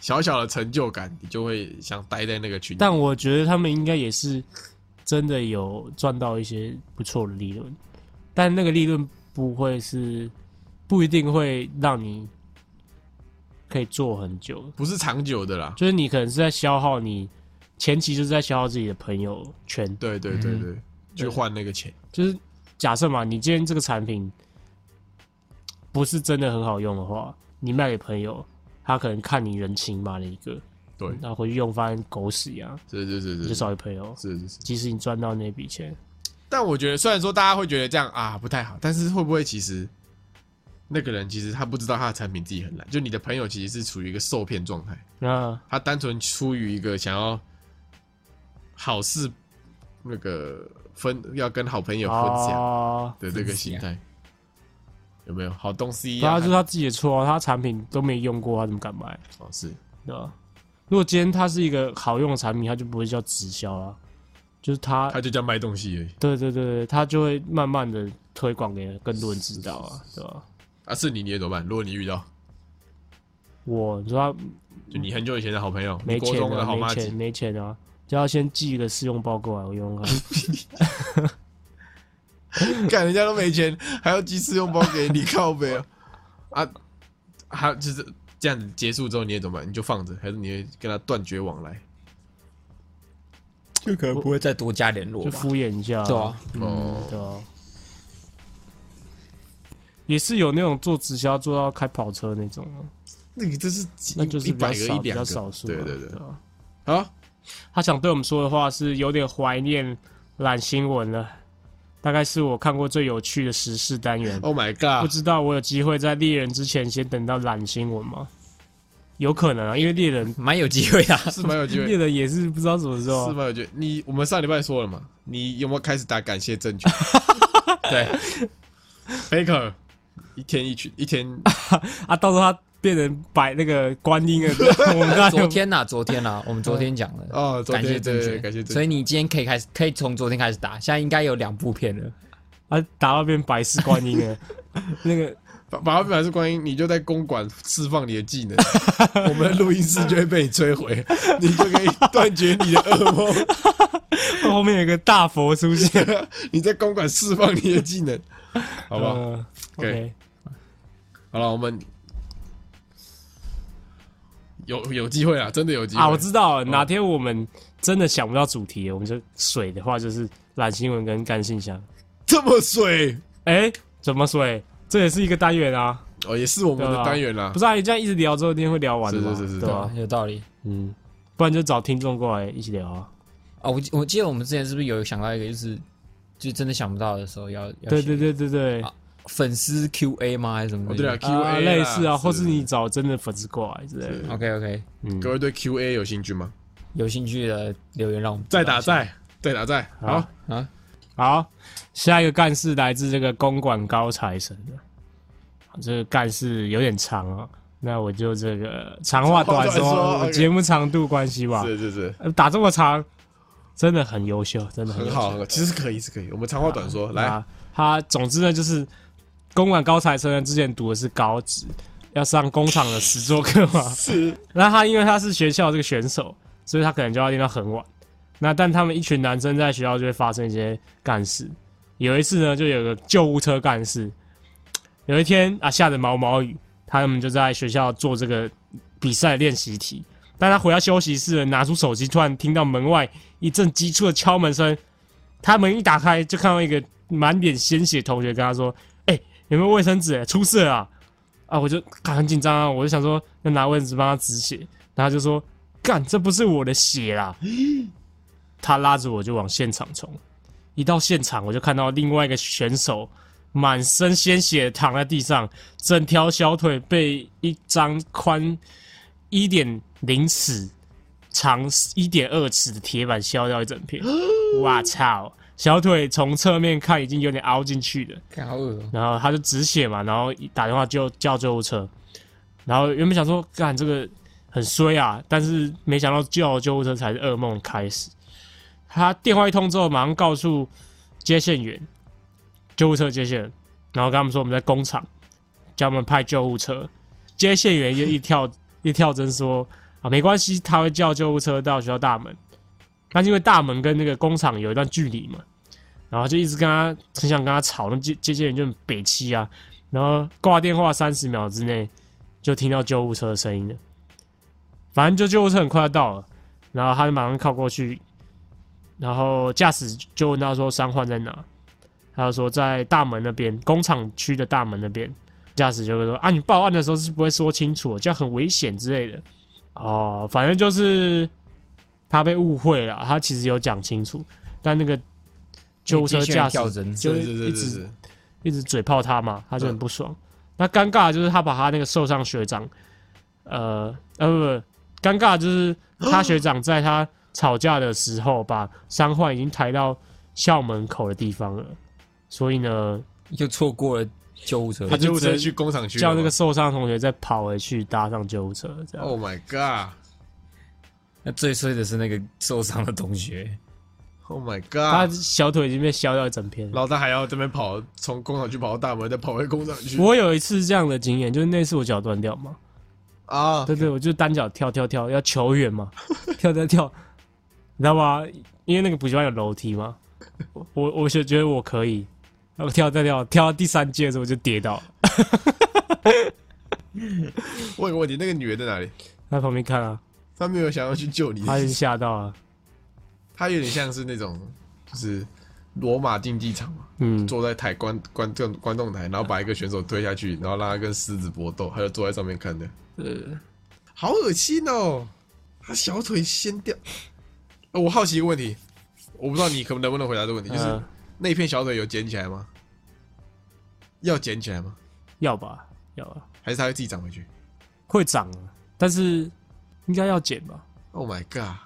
[SPEAKER 4] 小小的成就感，你就会想待在那个群里。
[SPEAKER 2] 但我觉得他们应该也是真的有赚到一些不错的利润，但那个利润不会是不一定会让你可以做很久，
[SPEAKER 4] 不是长久的啦。
[SPEAKER 2] 就是你可能是在消耗你前期就是在消耗自己的朋友圈，
[SPEAKER 4] 对对对
[SPEAKER 2] 嗯
[SPEAKER 4] 对，去换那个钱。
[SPEAKER 2] 就是假设嘛，你今天这个产品不是真的很好用的话，你卖给朋友，他可能看你人情买了一个，
[SPEAKER 4] 对，
[SPEAKER 2] 那回去用发现狗屎啊，
[SPEAKER 4] 是是是
[SPEAKER 2] 你
[SPEAKER 4] 是
[SPEAKER 2] 就是少给朋友。
[SPEAKER 4] 是是。
[SPEAKER 2] 即使你赚到那笔钱，
[SPEAKER 4] 但我觉得，虽然说大家会觉得这样啊不太好，但是会不会其实那个人其实他不知道他的产品自己很烂，就你的朋友其实是处于一个受骗状态，
[SPEAKER 2] 那
[SPEAKER 4] 他单纯出于一个想要好事那个分要跟好朋友分享
[SPEAKER 2] 啊，
[SPEAKER 4] 的这个心态，有没有好东西
[SPEAKER 2] 当
[SPEAKER 4] 啊？
[SPEAKER 2] 然是他自己的错啊，他产品都没用过，他怎么敢买？
[SPEAKER 4] 哦是
[SPEAKER 2] 对吧？如果今天它是一个好用的产品，它就不会叫直销啦，就是它，
[SPEAKER 4] 他就叫卖东西而已
[SPEAKER 2] 对对对对，它就会慢慢的推广给更多人知道啊，对吧？
[SPEAKER 4] 啊！是你你也怎么办？如果你遇到，
[SPEAKER 2] 我你说他
[SPEAKER 4] 就你很久以前的好朋友，你
[SPEAKER 2] 没
[SPEAKER 4] 国
[SPEAKER 2] 钱
[SPEAKER 4] 中的
[SPEAKER 2] 啊，
[SPEAKER 4] 好
[SPEAKER 2] 没
[SPEAKER 4] 妈
[SPEAKER 2] 钱
[SPEAKER 4] 鸡，
[SPEAKER 2] 没钱啊，就要先寄一个试用报告啊来我 用用看。
[SPEAKER 4] 看人家都没钱，还要寄试用包给你 靠背啊！啊，还有就是这样子结束之后，你也怎么办？你就放着，还是你会跟他断绝往来？
[SPEAKER 3] 就可能不会再多加联络
[SPEAKER 2] 就
[SPEAKER 3] 吧。
[SPEAKER 2] 敷衍一下、
[SPEAKER 3] 对啊，
[SPEAKER 2] 嗯，对啊，也是有那种做直销做到开跑车那种啊，
[SPEAKER 4] 那个这是
[SPEAKER 2] 那就是
[SPEAKER 4] 一
[SPEAKER 2] 比较
[SPEAKER 4] 百个
[SPEAKER 2] 少，
[SPEAKER 4] 一
[SPEAKER 2] 比
[SPEAKER 4] 两
[SPEAKER 2] 较
[SPEAKER 4] 个，
[SPEAKER 2] 少数啊、
[SPEAKER 4] 对对对。
[SPEAKER 2] 啊
[SPEAKER 4] 好，
[SPEAKER 2] 他想对我们说的话是有点怀念懒新闻了，大概是我看过最有趣的时事单元。
[SPEAKER 4] Oh my
[SPEAKER 2] 不
[SPEAKER 4] God！
[SPEAKER 2] 知道我有机会在猎人之前先等到懒新闻吗？有可能啊，因为 猎人
[SPEAKER 3] 蛮有机会 的啊、
[SPEAKER 4] 是蛮有机会
[SPEAKER 2] 猎，人也是不知道什么时候
[SPEAKER 4] 是
[SPEAKER 2] 啊。
[SPEAKER 4] 蛮有机会。你我们上礼拜说了嘛，你有没有开始打感谢证 券
[SPEAKER 3] 对，
[SPEAKER 4] ？Faker，一 天一群，一天
[SPEAKER 2] 啊，到时候他变成摆那 个观音了，我们刚才有
[SPEAKER 3] 昨天呐、昨天呐、我们昨天讲的，
[SPEAKER 4] 哎哦，昨
[SPEAKER 3] 感谢
[SPEAKER 4] 天
[SPEAKER 3] 正
[SPEAKER 4] 对
[SPEAKER 3] 确，
[SPEAKER 4] 对感谢正
[SPEAKER 3] 所
[SPEAKER 4] 确。
[SPEAKER 3] 以你今天可以开始，可以从昨天开始打，现在应该有两部片了。
[SPEAKER 2] 啊打到变百事观音了，那个
[SPEAKER 4] 把把它变成是观音，你就在公馆释放你的技 能，我们的录音室就会被你摧毁，你就可以断绝你的噩梦。
[SPEAKER 2] 后面有个大佛出现，
[SPEAKER 4] 你在公馆释放你的技能，好不好？
[SPEAKER 2] 嗯
[SPEAKER 4] 可以
[SPEAKER 2] ？OK，
[SPEAKER 4] 好了，我们有有机会啊，真的有机会嗯
[SPEAKER 2] 啊，我知道了，哪天我们真的想不到主题了，我们就水的话就是懒新闻跟干信箱。
[SPEAKER 4] 这么水
[SPEAKER 2] 哎、怎么水？这也是一个单元啊，
[SPEAKER 4] 哦，也是我们
[SPEAKER 2] 对
[SPEAKER 4] 的
[SPEAKER 2] 啊
[SPEAKER 4] 单元啦
[SPEAKER 2] 不。是啊？你这样一直聊之后，一定会聊完的嘛，
[SPEAKER 4] 是是是啊是
[SPEAKER 2] 对吧？
[SPEAKER 3] 有道理。
[SPEAKER 2] 嗯，不然就找听众过来一起聊啊。
[SPEAKER 3] 哦，我记我记得我们之前是不是有想到一个，就是就真的想不到的时候要要
[SPEAKER 2] 对
[SPEAKER 3] 写
[SPEAKER 2] 对对对对，
[SPEAKER 3] 啊粉丝 Q&A 吗？还是什么
[SPEAKER 4] 哦，
[SPEAKER 3] 东西？
[SPEAKER 4] 对了
[SPEAKER 2] 啊，
[SPEAKER 4] ，Q&A
[SPEAKER 2] 类
[SPEAKER 4] 啦
[SPEAKER 2] 似啊，或是你找真的粉丝过来之类
[SPEAKER 4] 哦
[SPEAKER 2] 的。
[SPEAKER 4] 啊
[SPEAKER 3] OK OK，
[SPEAKER 2] 嗯
[SPEAKER 4] 各，位对 Q&A 有兴趣吗？
[SPEAKER 3] 有兴趣的留言让我们知道
[SPEAKER 4] 再
[SPEAKER 3] 啊
[SPEAKER 4] 打再再打再，好
[SPEAKER 2] 好，好，下一个干事来自这个公馆高材生的，好这个干事有点长啊，那我就这个长话短
[SPEAKER 4] 长话短说
[SPEAKER 2] 说，
[SPEAKER 4] ，OK
[SPEAKER 2] 节目长度关系吧。
[SPEAKER 4] 是是是，
[SPEAKER 2] 呃打这么长，真的很优秀，真的很
[SPEAKER 4] 很
[SPEAKER 2] 优秀
[SPEAKER 4] 好，很好其实可以是可以，我们长话短说，来，
[SPEAKER 2] 啊，他总之呢，就是公馆高材生呢之前读的是高职，要上工厂的实作课嘛。
[SPEAKER 4] 是
[SPEAKER 2] 那他因为他是学校这个选手，所以他可能就要练到很晚。那但他们一群男生在学校就会发生一些干事。有一次呢，就有个救护车干事，有一天啊下着毛毛雨，他们就在学校做这个比赛练习题。但他回到休息室了，拿出手机，突然听到门外一阵急促的敲门声。他门一打开，就看到一个满脸鲜血的同学跟他说：“哎、有没有卫生纸、出事了啊！”啊，我就啊很紧张啊，我就想说要拿卫生纸帮他止血，然后他就说：“干，这不是我的血啦！”他拉着我就往现场冲。一到现场，我就看到另外一个选手满身鲜血躺在地上，整条小腿被一张宽一点零尺、长一点二尺的铁板削掉一整片。哇操！小腿从侧面看已经有点凹进去了。
[SPEAKER 3] 看好恶哦
[SPEAKER 2] 然后他就止血嘛，然后一打电话就叫救护车。然后原本想说，干这个很衰啊，但是没想到叫救护车才是噩梦开始。他电话一通之后，马上告诉接线员，救护车接线员，然后跟他们说我们在工厂，叫他们派救护车。接线员又一跳 一跳针说啊，没关系，他会叫救护车到学校大门。但是因为大门跟那个工厂有一段距离嘛，然后就一直跟他很想跟他吵，那接接线员就很北气啊，然后挂电话三十秒之内，就听到救护车的声音了。反正就救护车很快要到了，然后他就马上靠过去，然后驾驶就问他说伤患在哪，他就说在大门那边，工厂区的大门那边。驾驶就会说啊，你报案的时候是不会说清楚，这样很危险之类的。哦，反正就是他被误会了，他其实有讲清楚，但那个救护车驾驶
[SPEAKER 3] 跳针，
[SPEAKER 2] 就是
[SPEAKER 4] 是
[SPEAKER 2] 一
[SPEAKER 4] 是
[SPEAKER 2] 直
[SPEAKER 4] 是
[SPEAKER 2] 一直嘴炮他嘛，他就很
[SPEAKER 4] 嗯
[SPEAKER 2] 不爽。那尴尬的就是他把他那个受伤学长，呃呃不不，尴尬的就是他学长在他吵架的时候，把伤患已经抬到校门口的地方了，所以呢，
[SPEAKER 3] 就错过了救护车
[SPEAKER 4] 他。就
[SPEAKER 2] 就
[SPEAKER 4] 直接
[SPEAKER 2] 直
[SPEAKER 4] 去工厂区了
[SPEAKER 2] 叫那个
[SPEAKER 4] 吗。
[SPEAKER 2] 受伤同学再跑回去搭上救护车，这样。
[SPEAKER 4] Oh my god！Oh
[SPEAKER 3] 那最衰的是那个受伤的同学，
[SPEAKER 4] my
[SPEAKER 2] 他
[SPEAKER 4] god！
[SPEAKER 2] 小腿已经被削掉一整片了。
[SPEAKER 4] 老大还要这边跑，从工厂区跑到大门，再跑回工厂区
[SPEAKER 2] 我有一次这样的经验，就是那次我脚断掉嘛，
[SPEAKER 4] 啊！
[SPEAKER 2] 对对，我就单脚跳跳跳，要求援嘛， 跳跳跳，你知道吗？因为那个补习班有楼梯嘛，我我我就觉得我可以，然后跳跳跳跳到第三阶的时候我就跌倒，
[SPEAKER 4] 我有个问题，那个女人在哪里？
[SPEAKER 2] 他在旁边看啊，
[SPEAKER 4] 她没有想要去救你，
[SPEAKER 2] 他就吓到了，
[SPEAKER 4] 她有点像是那种，就是罗马竞技场嘛，
[SPEAKER 2] 嗯，
[SPEAKER 4] 坐在台观观众观众台，然后把一个选手推下去，然后让他跟狮子搏斗，他就坐在上面看的。好恶心哦！他小腿掀掉。呃我好奇一个问题，我不知道你可能不能回答这个问题，
[SPEAKER 3] 嗯
[SPEAKER 4] 就是
[SPEAKER 2] 呃
[SPEAKER 4] 那片小腿有捡起来吗？要捡起来吗？
[SPEAKER 2] 要吧要吧，
[SPEAKER 4] 还是它会自己长回去
[SPEAKER 2] 会长啊，但是应该要剪吧？
[SPEAKER 4] ？Oh my god！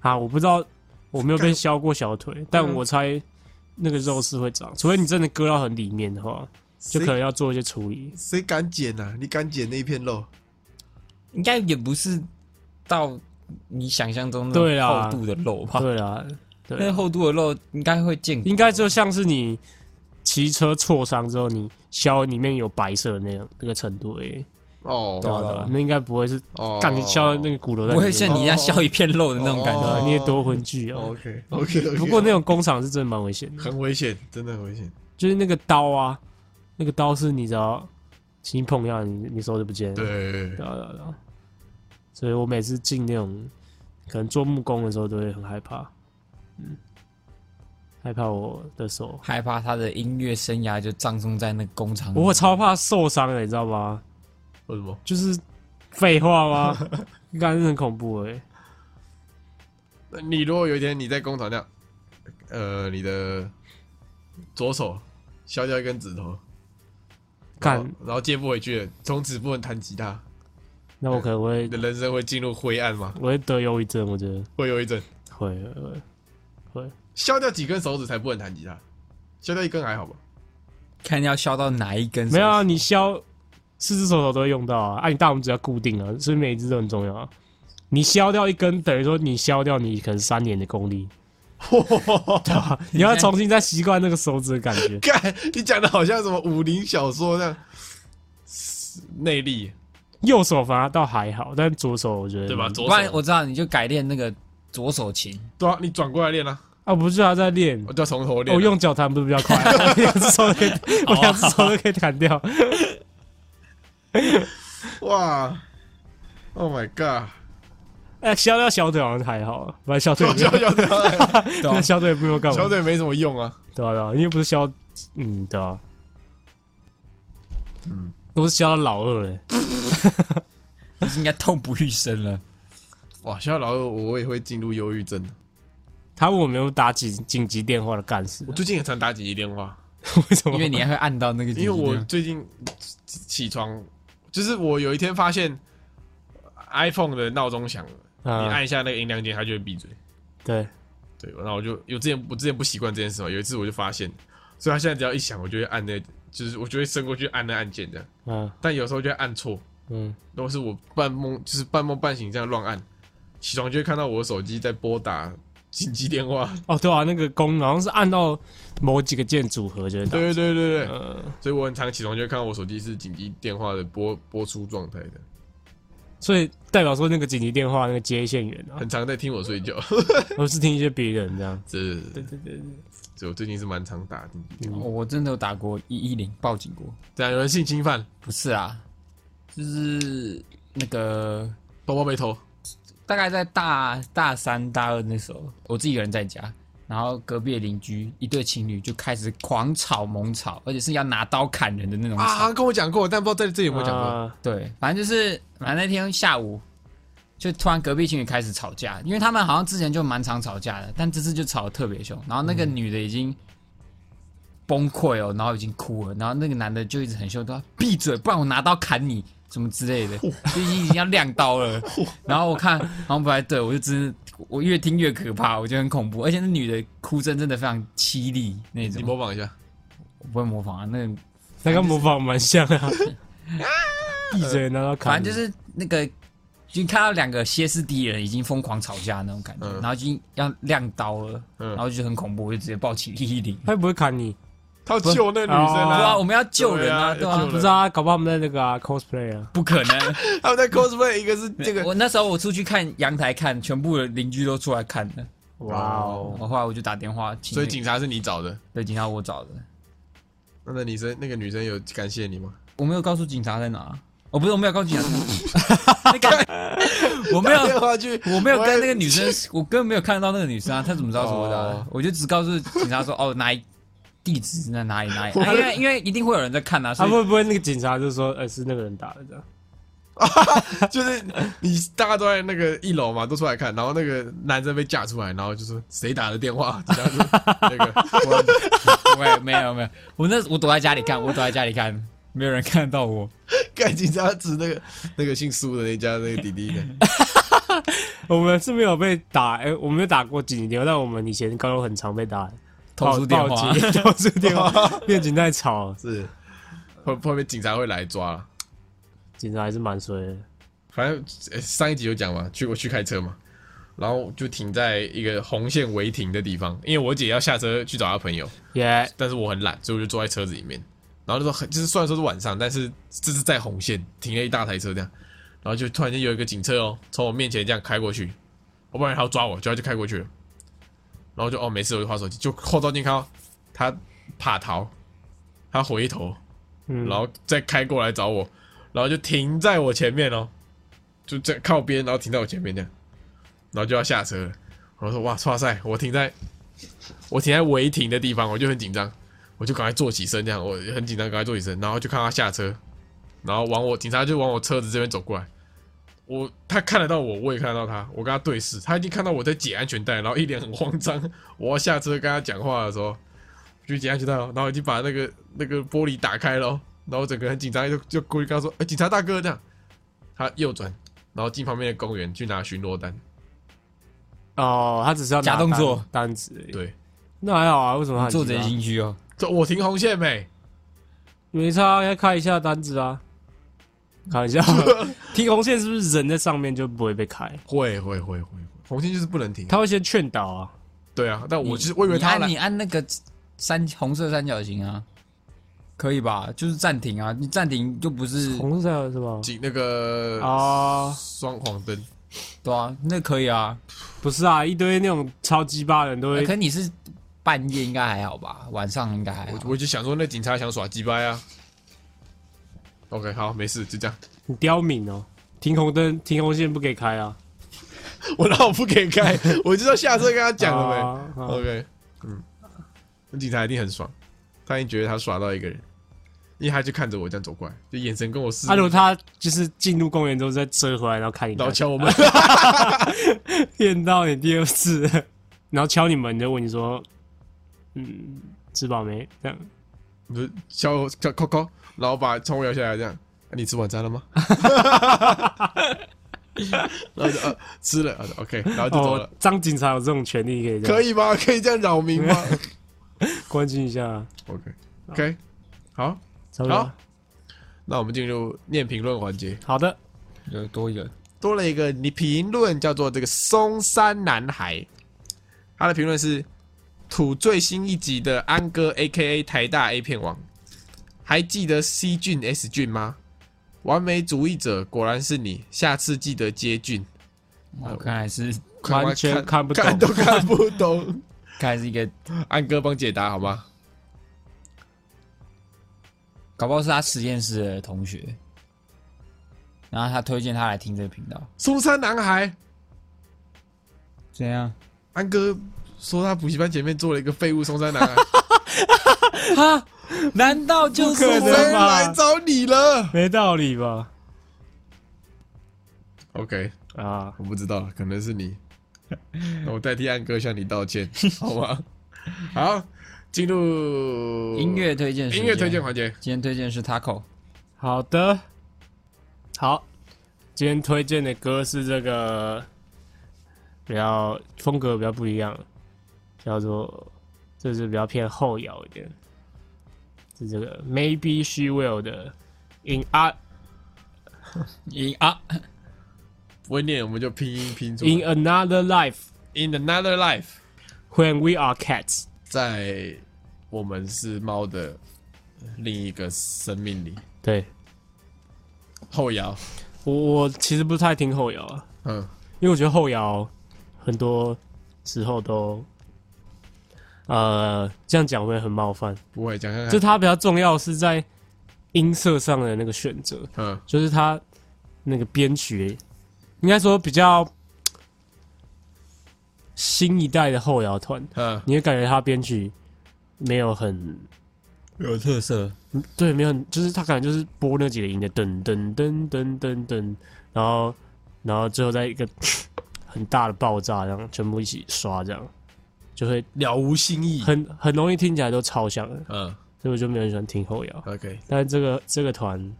[SPEAKER 2] 啊，我不知道，我没有被
[SPEAKER 4] 干嗯
[SPEAKER 2] 削过小腿，但我猜那个肉是会长，除非你真的割到很里面的话，就可能
[SPEAKER 4] 谁
[SPEAKER 2] 要做一些处理。
[SPEAKER 4] 谁敢捡啊？你敢捡那一片肉？
[SPEAKER 3] 应该也不是到你想象中
[SPEAKER 2] 对
[SPEAKER 3] 的
[SPEAKER 4] 啊
[SPEAKER 2] 啦
[SPEAKER 3] 厚度的肉吧？
[SPEAKER 2] 对啦，对
[SPEAKER 3] 那
[SPEAKER 2] 啊，
[SPEAKER 3] 厚度的肉应该会见骨，
[SPEAKER 2] 应该就像是你骑车挫伤之后，你削里面有白色的那样那个程度诶、已。
[SPEAKER 4] 哦
[SPEAKER 3] 对啊
[SPEAKER 2] 对啊那应该不会是
[SPEAKER 4] 哦，
[SPEAKER 2] 干你削那个骨头在里
[SPEAKER 3] 不会
[SPEAKER 2] 面，
[SPEAKER 3] 像你那削一片肉的那种感
[SPEAKER 2] 对
[SPEAKER 3] 觉。
[SPEAKER 2] 啊你也多魂锯哦。
[SPEAKER 4] OK OK，
[SPEAKER 2] 不过那种工厂是真的蛮危险的，
[SPEAKER 4] 很危险，真的很危险。
[SPEAKER 2] 就是那个刀啊，那个刀是你只要轻碰一下，你你手就不见了。
[SPEAKER 4] 对，
[SPEAKER 2] 对啊对啊对啊，所以我每次进那种可能做木工的时候，都会很害怕，嗯，害怕我的手，
[SPEAKER 3] 害怕他的音乐生涯就葬送在那个工厂。
[SPEAKER 2] 我超怕受伤的，你知道吗？
[SPEAKER 4] 为什么？
[SPEAKER 2] 就是废话吗？ 感觉很恐怖哎、
[SPEAKER 4] 那你如果有一天你在工厂那样，呃，你的左手削掉一根指头，然后
[SPEAKER 2] 干，
[SPEAKER 4] 然后接不回去了，从此不能弹吉他，
[SPEAKER 2] 那我可能会
[SPEAKER 4] 你的，人生会进入灰暗吗？
[SPEAKER 2] 我会得忧郁症，我觉得
[SPEAKER 4] 会有一阵
[SPEAKER 2] 会会会会，
[SPEAKER 4] 削掉几根手指才不能弹吉他，削掉一根还好吧？。
[SPEAKER 3] 看要削到哪一根手指？
[SPEAKER 2] 没有啊，你削四只手头都会用到啊，啊，你大拇指要固定啊，所以每一只都很重要啊。你削掉一根，等于说你削掉你可能三年的功力，对吧？你要重新再习惯那个手指的感 觉
[SPEAKER 4] 干，你讲的好像什么武林小说那样，内力
[SPEAKER 2] 右手反而倒还好，但左手我觉得
[SPEAKER 4] 对
[SPEAKER 1] 嗯
[SPEAKER 4] 吧？左
[SPEAKER 3] 不然
[SPEAKER 4] 手
[SPEAKER 3] 我知道你就改练那个左手琴，
[SPEAKER 4] 对啊，你转过来练啊，
[SPEAKER 2] 啊，不是他在练，哦
[SPEAKER 4] 我就要从头练啊。
[SPEAKER 2] 我用脚弹不是比较快，啊 我两只手都可以，我两只手都可以弹
[SPEAKER 4] 哦
[SPEAKER 2] 掉。
[SPEAKER 4] 哇，Oh my god！
[SPEAKER 2] 哎，削掉小腿好像还好，反正小 腿
[SPEAKER 4] 削削削腿，
[SPEAKER 3] 对啊
[SPEAKER 2] 那小腿也不用干嘛
[SPEAKER 4] 小，腿没什么用啊。
[SPEAKER 2] 对啊对啊，因为不是削，嗯对啊，嗯，都是削到老二嘞。
[SPEAKER 3] 应该痛不欲生 了。
[SPEAKER 4] 哇，削老二我也会进入忧郁症。
[SPEAKER 2] 他问我没有打紧紧急电话的干事啊
[SPEAKER 4] 我，最近也常打紧急电话，
[SPEAKER 2] 为什么？
[SPEAKER 3] 因为你还会按到那个，
[SPEAKER 4] 因为我最近起床，就是我有一天发现 iPhone 的闹钟响了，你
[SPEAKER 2] 啊、
[SPEAKER 4] 按一下那个音量键，它就会闭嘴。
[SPEAKER 2] 对，
[SPEAKER 4] 对，然后我就有之前我之前不习惯这件事嘛，有一次我就发现，所以它现在只要一响，我就会按那，就是我就会伸过去按那按键这样，
[SPEAKER 2] 嗯
[SPEAKER 4] 但有时候就会按错，
[SPEAKER 2] 嗯，
[SPEAKER 4] 如果是我半梦就是半梦半醒这样乱按，起床就会看到我的手机在拨打紧急电 话。
[SPEAKER 2] 哦对啊，那个弓好像是按到某几个键组合就会打，
[SPEAKER 4] 对对对对对，
[SPEAKER 2] 呃，
[SPEAKER 4] 所以我很常起床就会看到我手机是紧急电话的拨拨出状态的，
[SPEAKER 2] 所以代表说那个紧急电话那个接线员啊，
[SPEAKER 4] 很常在听我睡 觉。
[SPEAKER 2] 都是听一些别人这样。
[SPEAKER 4] 这
[SPEAKER 2] 对对对对，
[SPEAKER 4] 这我最近是蛮常打
[SPEAKER 3] 哦
[SPEAKER 4] 紧急电话。
[SPEAKER 3] 我真的有打过一一零报警过，
[SPEAKER 4] 这样有人性侵犯，
[SPEAKER 3] 不是啊，就是那个
[SPEAKER 4] 包包被偷，
[SPEAKER 3] 大概在大大三、大二那时候，我自己一个人在家，然后隔壁的邻居一对情侣就开始狂吵猛吵，而且是要拿刀砍人的那种吵。
[SPEAKER 4] 啊，跟我讲过，但不知道在这里有没有讲过。
[SPEAKER 2] 嗯啊
[SPEAKER 3] 对，嗯反正就是，反正那天下午就突然隔壁情侣开始吵架，因为他们好像之前就蛮常吵架的，但这次就吵得特别凶。然后那个女的已经崩溃哦，然后已经哭了，然后那个男的就一直很凶，说啊闭嘴，不然我拿刀砍你什么之类的， 哦就已经已经要亮刀 了。然后我看，然后不太对，我就真的，我越听越可怕，我觉得很恐怖，而且那女的哭声真的非常凄厉那
[SPEAKER 4] 你
[SPEAKER 3] 种。
[SPEAKER 4] 模仿一下，
[SPEAKER 3] 我不会模仿啊，那个
[SPEAKER 2] 那跟模仿蛮像啊。 闭嘴，拿到卡。
[SPEAKER 3] 反正就是那个，就看到两个歇斯底里人已经疯狂吵架那种感觉，
[SPEAKER 4] 嗯
[SPEAKER 3] 然后已经要亮刀了，
[SPEAKER 4] 嗯
[SPEAKER 3] 然后就很恐怖，我就直接抱起一零。
[SPEAKER 2] 他又不会砍你，
[SPEAKER 4] 他要救那个女生
[SPEAKER 2] 哦
[SPEAKER 3] 对啊，
[SPEAKER 4] 啊，
[SPEAKER 3] 我们要救人啊，
[SPEAKER 4] 对
[SPEAKER 3] 对
[SPEAKER 4] 啊
[SPEAKER 3] 啊
[SPEAKER 4] 要救，
[SPEAKER 2] 不知道啊，搞不好他们在那个啊 cosplay 啊。
[SPEAKER 3] 不可能。
[SPEAKER 4] 他们在 cosplay，一个是 这个
[SPEAKER 3] 我那时候我出去看阳台看，全部的邻居都出来看的。
[SPEAKER 2] 哇哦，嗯
[SPEAKER 3] 我后来我就打电话请，
[SPEAKER 4] 所以警察是你找的，
[SPEAKER 3] 对警察我找的，
[SPEAKER 4] 那那女生那个女生有感谢 你吗？
[SPEAKER 3] 我没有告诉警察在哪，哦不是我没有告诉警察在 哪，那 个 我没
[SPEAKER 4] 打
[SPEAKER 3] 有
[SPEAKER 4] 电话去，
[SPEAKER 3] 我没有跟那个
[SPEAKER 4] 喂
[SPEAKER 3] 女生， 我根本没有看到那个女生啊，她怎么知道是我打的？
[SPEAKER 4] 哦
[SPEAKER 3] 我就只告诉警察说，哦，哪一地址在哪里哪里，
[SPEAKER 4] 我
[SPEAKER 3] 啊因为因为一定会有人在看啊，
[SPEAKER 2] 他
[SPEAKER 3] 所以、
[SPEAKER 2] 会不会那个警察就说，呃，是那个人打的这样？
[SPEAKER 4] 就是你大家都在那个一楼嘛，都出来看，然后那个男生被架出来，然后就说谁打的电话， 这样子那个
[SPEAKER 3] 不会 没有没有，我那我躲在家里看，我躲在家里看，没有人看得到我。
[SPEAKER 4] 干警察指那个那个姓苏的那家那个弟弟的，
[SPEAKER 2] 我们是没有被打，哎、我没有打过警电话，但我们以前高中很常被打
[SPEAKER 3] 投诉电话
[SPEAKER 2] 报报警 投诉电话，变警太吵了，
[SPEAKER 4] 是后后面警察会来抓了。
[SPEAKER 2] 警察还是蛮衰的。
[SPEAKER 4] 反正呃上一集有讲嘛，去我去开车嘛，然后就停在一个红线违停的地方，因为我姐要下车去找她朋友，
[SPEAKER 2] 耶、
[SPEAKER 4] 但是我很懒，所以我就坐在车子里面。然后那时候很，就是虽然说是晚上，但是这是在红线停了一大台车这样，然后就突然间有一个警车哦，从我面前这样开过去，我本来他要抓我，就他就开过去了，然后就哦没事，我就划手机，就后照镜看到他怕逃，他回头，
[SPEAKER 2] 嗯
[SPEAKER 4] 然后再开过来找我，然后就停在我前面哦，就这样靠边，然后停在我前面这样，然后就要下车了。我说哇，哇塞，我停在我停在违停的地方，我就很紧张，我就赶快坐起身这样，我很紧张，赶快坐起身，然后就看他下车，然后往我警察就往我车子这边走过来。我他看得到我，我也看得到他，我跟他对视，他已经看到我在解安全带，然后一脸很慌张。我要下车跟他讲话的时候，就解安全带了，然后已经把那个那个玻璃打开了，然后整个很紧张，就就过去跟他说：“哎、警察大哥！”这样，他右转，然后进旁边的公园去拿巡逻单。
[SPEAKER 2] 哦，他只是要拿
[SPEAKER 3] 假动作
[SPEAKER 2] 单单子而已，
[SPEAKER 4] 对，
[SPEAKER 2] 那还好啊，为什么他很
[SPEAKER 3] 做贼
[SPEAKER 2] 急啊
[SPEAKER 3] 心虚哦，
[SPEAKER 4] 这我停红线没？
[SPEAKER 2] 没差，要看一下单子啊。看一 下，停红线是不是人在上面就不会被开？
[SPEAKER 4] 会会会会会，红线就是不能停。
[SPEAKER 2] 他会先劝导啊。
[SPEAKER 4] 对啊，但我就是我以为
[SPEAKER 3] 你
[SPEAKER 4] 他
[SPEAKER 3] 按
[SPEAKER 4] 来
[SPEAKER 3] 你按那个三红色三角形啊，可以吧？就是暂停啊，你暂停就不是
[SPEAKER 2] 红色是 吧？
[SPEAKER 4] 警那个
[SPEAKER 2] 啊，
[SPEAKER 4] 双黄灯，
[SPEAKER 3] 对啊，那可以啊，
[SPEAKER 2] 不是啊，一堆那种超鸡巴的人都会
[SPEAKER 3] 哎可是你是半夜应该还好吧？晚上应该还好
[SPEAKER 4] 我。我就想说那警察想耍鸡掰啊。OK，好，没事，就这样。
[SPEAKER 2] 很刁民哦。停红灯，停红线不给开啊。
[SPEAKER 4] 我老不给开，我就要下车跟他讲了呗。
[SPEAKER 2] 啊啊
[SPEAKER 4] OK，嗯，那警察一定很爽，他一定觉得他耍到一个人，因为他就看着我这样走过来，就眼神跟我示意，
[SPEAKER 2] 啊阿如果他就是进入公园之后再折回来，然后看你，
[SPEAKER 4] 然后敲我们，
[SPEAKER 2] 骗到你第二次， 然后敲你门就问你说，嗯，吃饱没？这样
[SPEAKER 4] 不是敲我敲敲敲，然后把窗户摇下来，这样、啊你吃晚餐了吗？然后就、呃、吃了啊，OK，然后就走了
[SPEAKER 2] 哦，，张警察有这种权利可以这样
[SPEAKER 4] 可以吗？可以这样扰民吗
[SPEAKER 2] 关心一下，
[SPEAKER 4] ？OK，OK，、好，
[SPEAKER 2] 差不多
[SPEAKER 4] 好。那我们进入念评论环节，
[SPEAKER 2] 好的，
[SPEAKER 3] 有多一个
[SPEAKER 4] 多了一个你评论叫做这个松山男孩，他的评论是土最新一集的安哥 A K A 台大 A 片王，还记得 C 俊 S 俊吗？完美主义者果然是你，下次记得接俊。
[SPEAKER 3] 我哦看来是
[SPEAKER 2] 完全看不懂
[SPEAKER 4] 看都看不懂。
[SPEAKER 3] 看来是一个，
[SPEAKER 4] 安哥帮解答好吗？
[SPEAKER 3] 搞不好是他实验室的同学，然后他推荐他来听这个频道，
[SPEAKER 4] 苏珊男孩，
[SPEAKER 3] 怎样？
[SPEAKER 4] 安哥说他补习班前面做了一个废物松山 男孩，
[SPEAKER 3] 哈？难道就是
[SPEAKER 2] 不可
[SPEAKER 4] 谁
[SPEAKER 2] 能
[SPEAKER 3] 我？
[SPEAKER 4] 来找你了
[SPEAKER 2] 没道理吧？
[SPEAKER 4] ？OK，
[SPEAKER 2] 啊，
[SPEAKER 4] 我不知道，可能是 你。那我代替安哥向你道歉， 好吗？好，进入
[SPEAKER 3] 音乐推荐时
[SPEAKER 4] 音
[SPEAKER 3] 间，
[SPEAKER 4] 乐推荐环节。
[SPEAKER 3] 今天推荐是 Taco，
[SPEAKER 2] 好的，好，今天推荐的歌是这个比较风格比较不一样，叫做就是比较偏后摇一点，是这个 Maybe She Will 的 In R
[SPEAKER 3] 音啊，
[SPEAKER 4] 我念我们就拼音拼出来
[SPEAKER 2] In Another Life
[SPEAKER 4] In Another Life，
[SPEAKER 2] When We Are Cats。
[SPEAKER 4] 在我们是猫的另一个生命里
[SPEAKER 2] 对
[SPEAKER 4] 后摇，
[SPEAKER 2] 我我其实不太听后摇啊，
[SPEAKER 4] 嗯，
[SPEAKER 2] 因为我觉得后摇很多时候都，呃，这样讲会很冒犯。
[SPEAKER 4] 不会讲看
[SPEAKER 2] 就
[SPEAKER 4] 看，
[SPEAKER 2] 它比较重要是在音色上的那个选择，
[SPEAKER 4] 嗯，
[SPEAKER 2] 就是它那个编曲，应该说比较嗯新一代的后摇团，
[SPEAKER 4] 嗯，
[SPEAKER 2] 你会感觉它编曲没有很
[SPEAKER 3] 有特色，
[SPEAKER 2] 对，没有很，就是他感觉就是播那几个音的噔噔噔噔噔噔，然后然后最后再一个 很大的爆炸，然后全部一起刷，这样就会
[SPEAKER 4] 了无新意，
[SPEAKER 2] 很很容易听起来都超像的，
[SPEAKER 4] 嗯
[SPEAKER 2] 所以我就没有很喜欢听后摇。
[SPEAKER 4] ，OK，
[SPEAKER 2] 但是这个这个团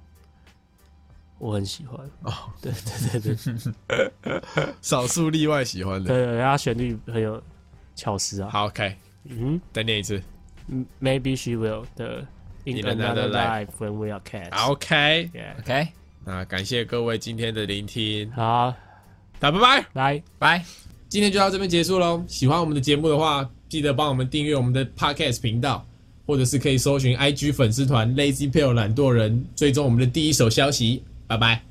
[SPEAKER 2] 我很喜欢，
[SPEAKER 4] 哦，
[SPEAKER 2] 对对对对
[SPEAKER 4] 少数例外喜欢的，
[SPEAKER 2] 对对，它旋律很有巧思啊。
[SPEAKER 4] 好，OK，
[SPEAKER 2] 嗯
[SPEAKER 4] 再念一次
[SPEAKER 2] 嗯，Maybe she will 的 In
[SPEAKER 4] In another
[SPEAKER 2] another life when we are cats。
[SPEAKER 4] ，OK，
[SPEAKER 2] Yeah，
[SPEAKER 3] ，OK，
[SPEAKER 4] 那感谢各位今天的聆听，
[SPEAKER 2] 好，
[SPEAKER 4] 那拜拜。
[SPEAKER 2] 来，
[SPEAKER 3] 拜。
[SPEAKER 4] 今天就到这边结束喽。喜欢我们的节目的话，记得帮我们订阅我们的 Podcast 频道，或者是可以搜寻 IG 粉丝团 Lazy p a l e 懒惰人，追踪我们的第一手消息。拜拜。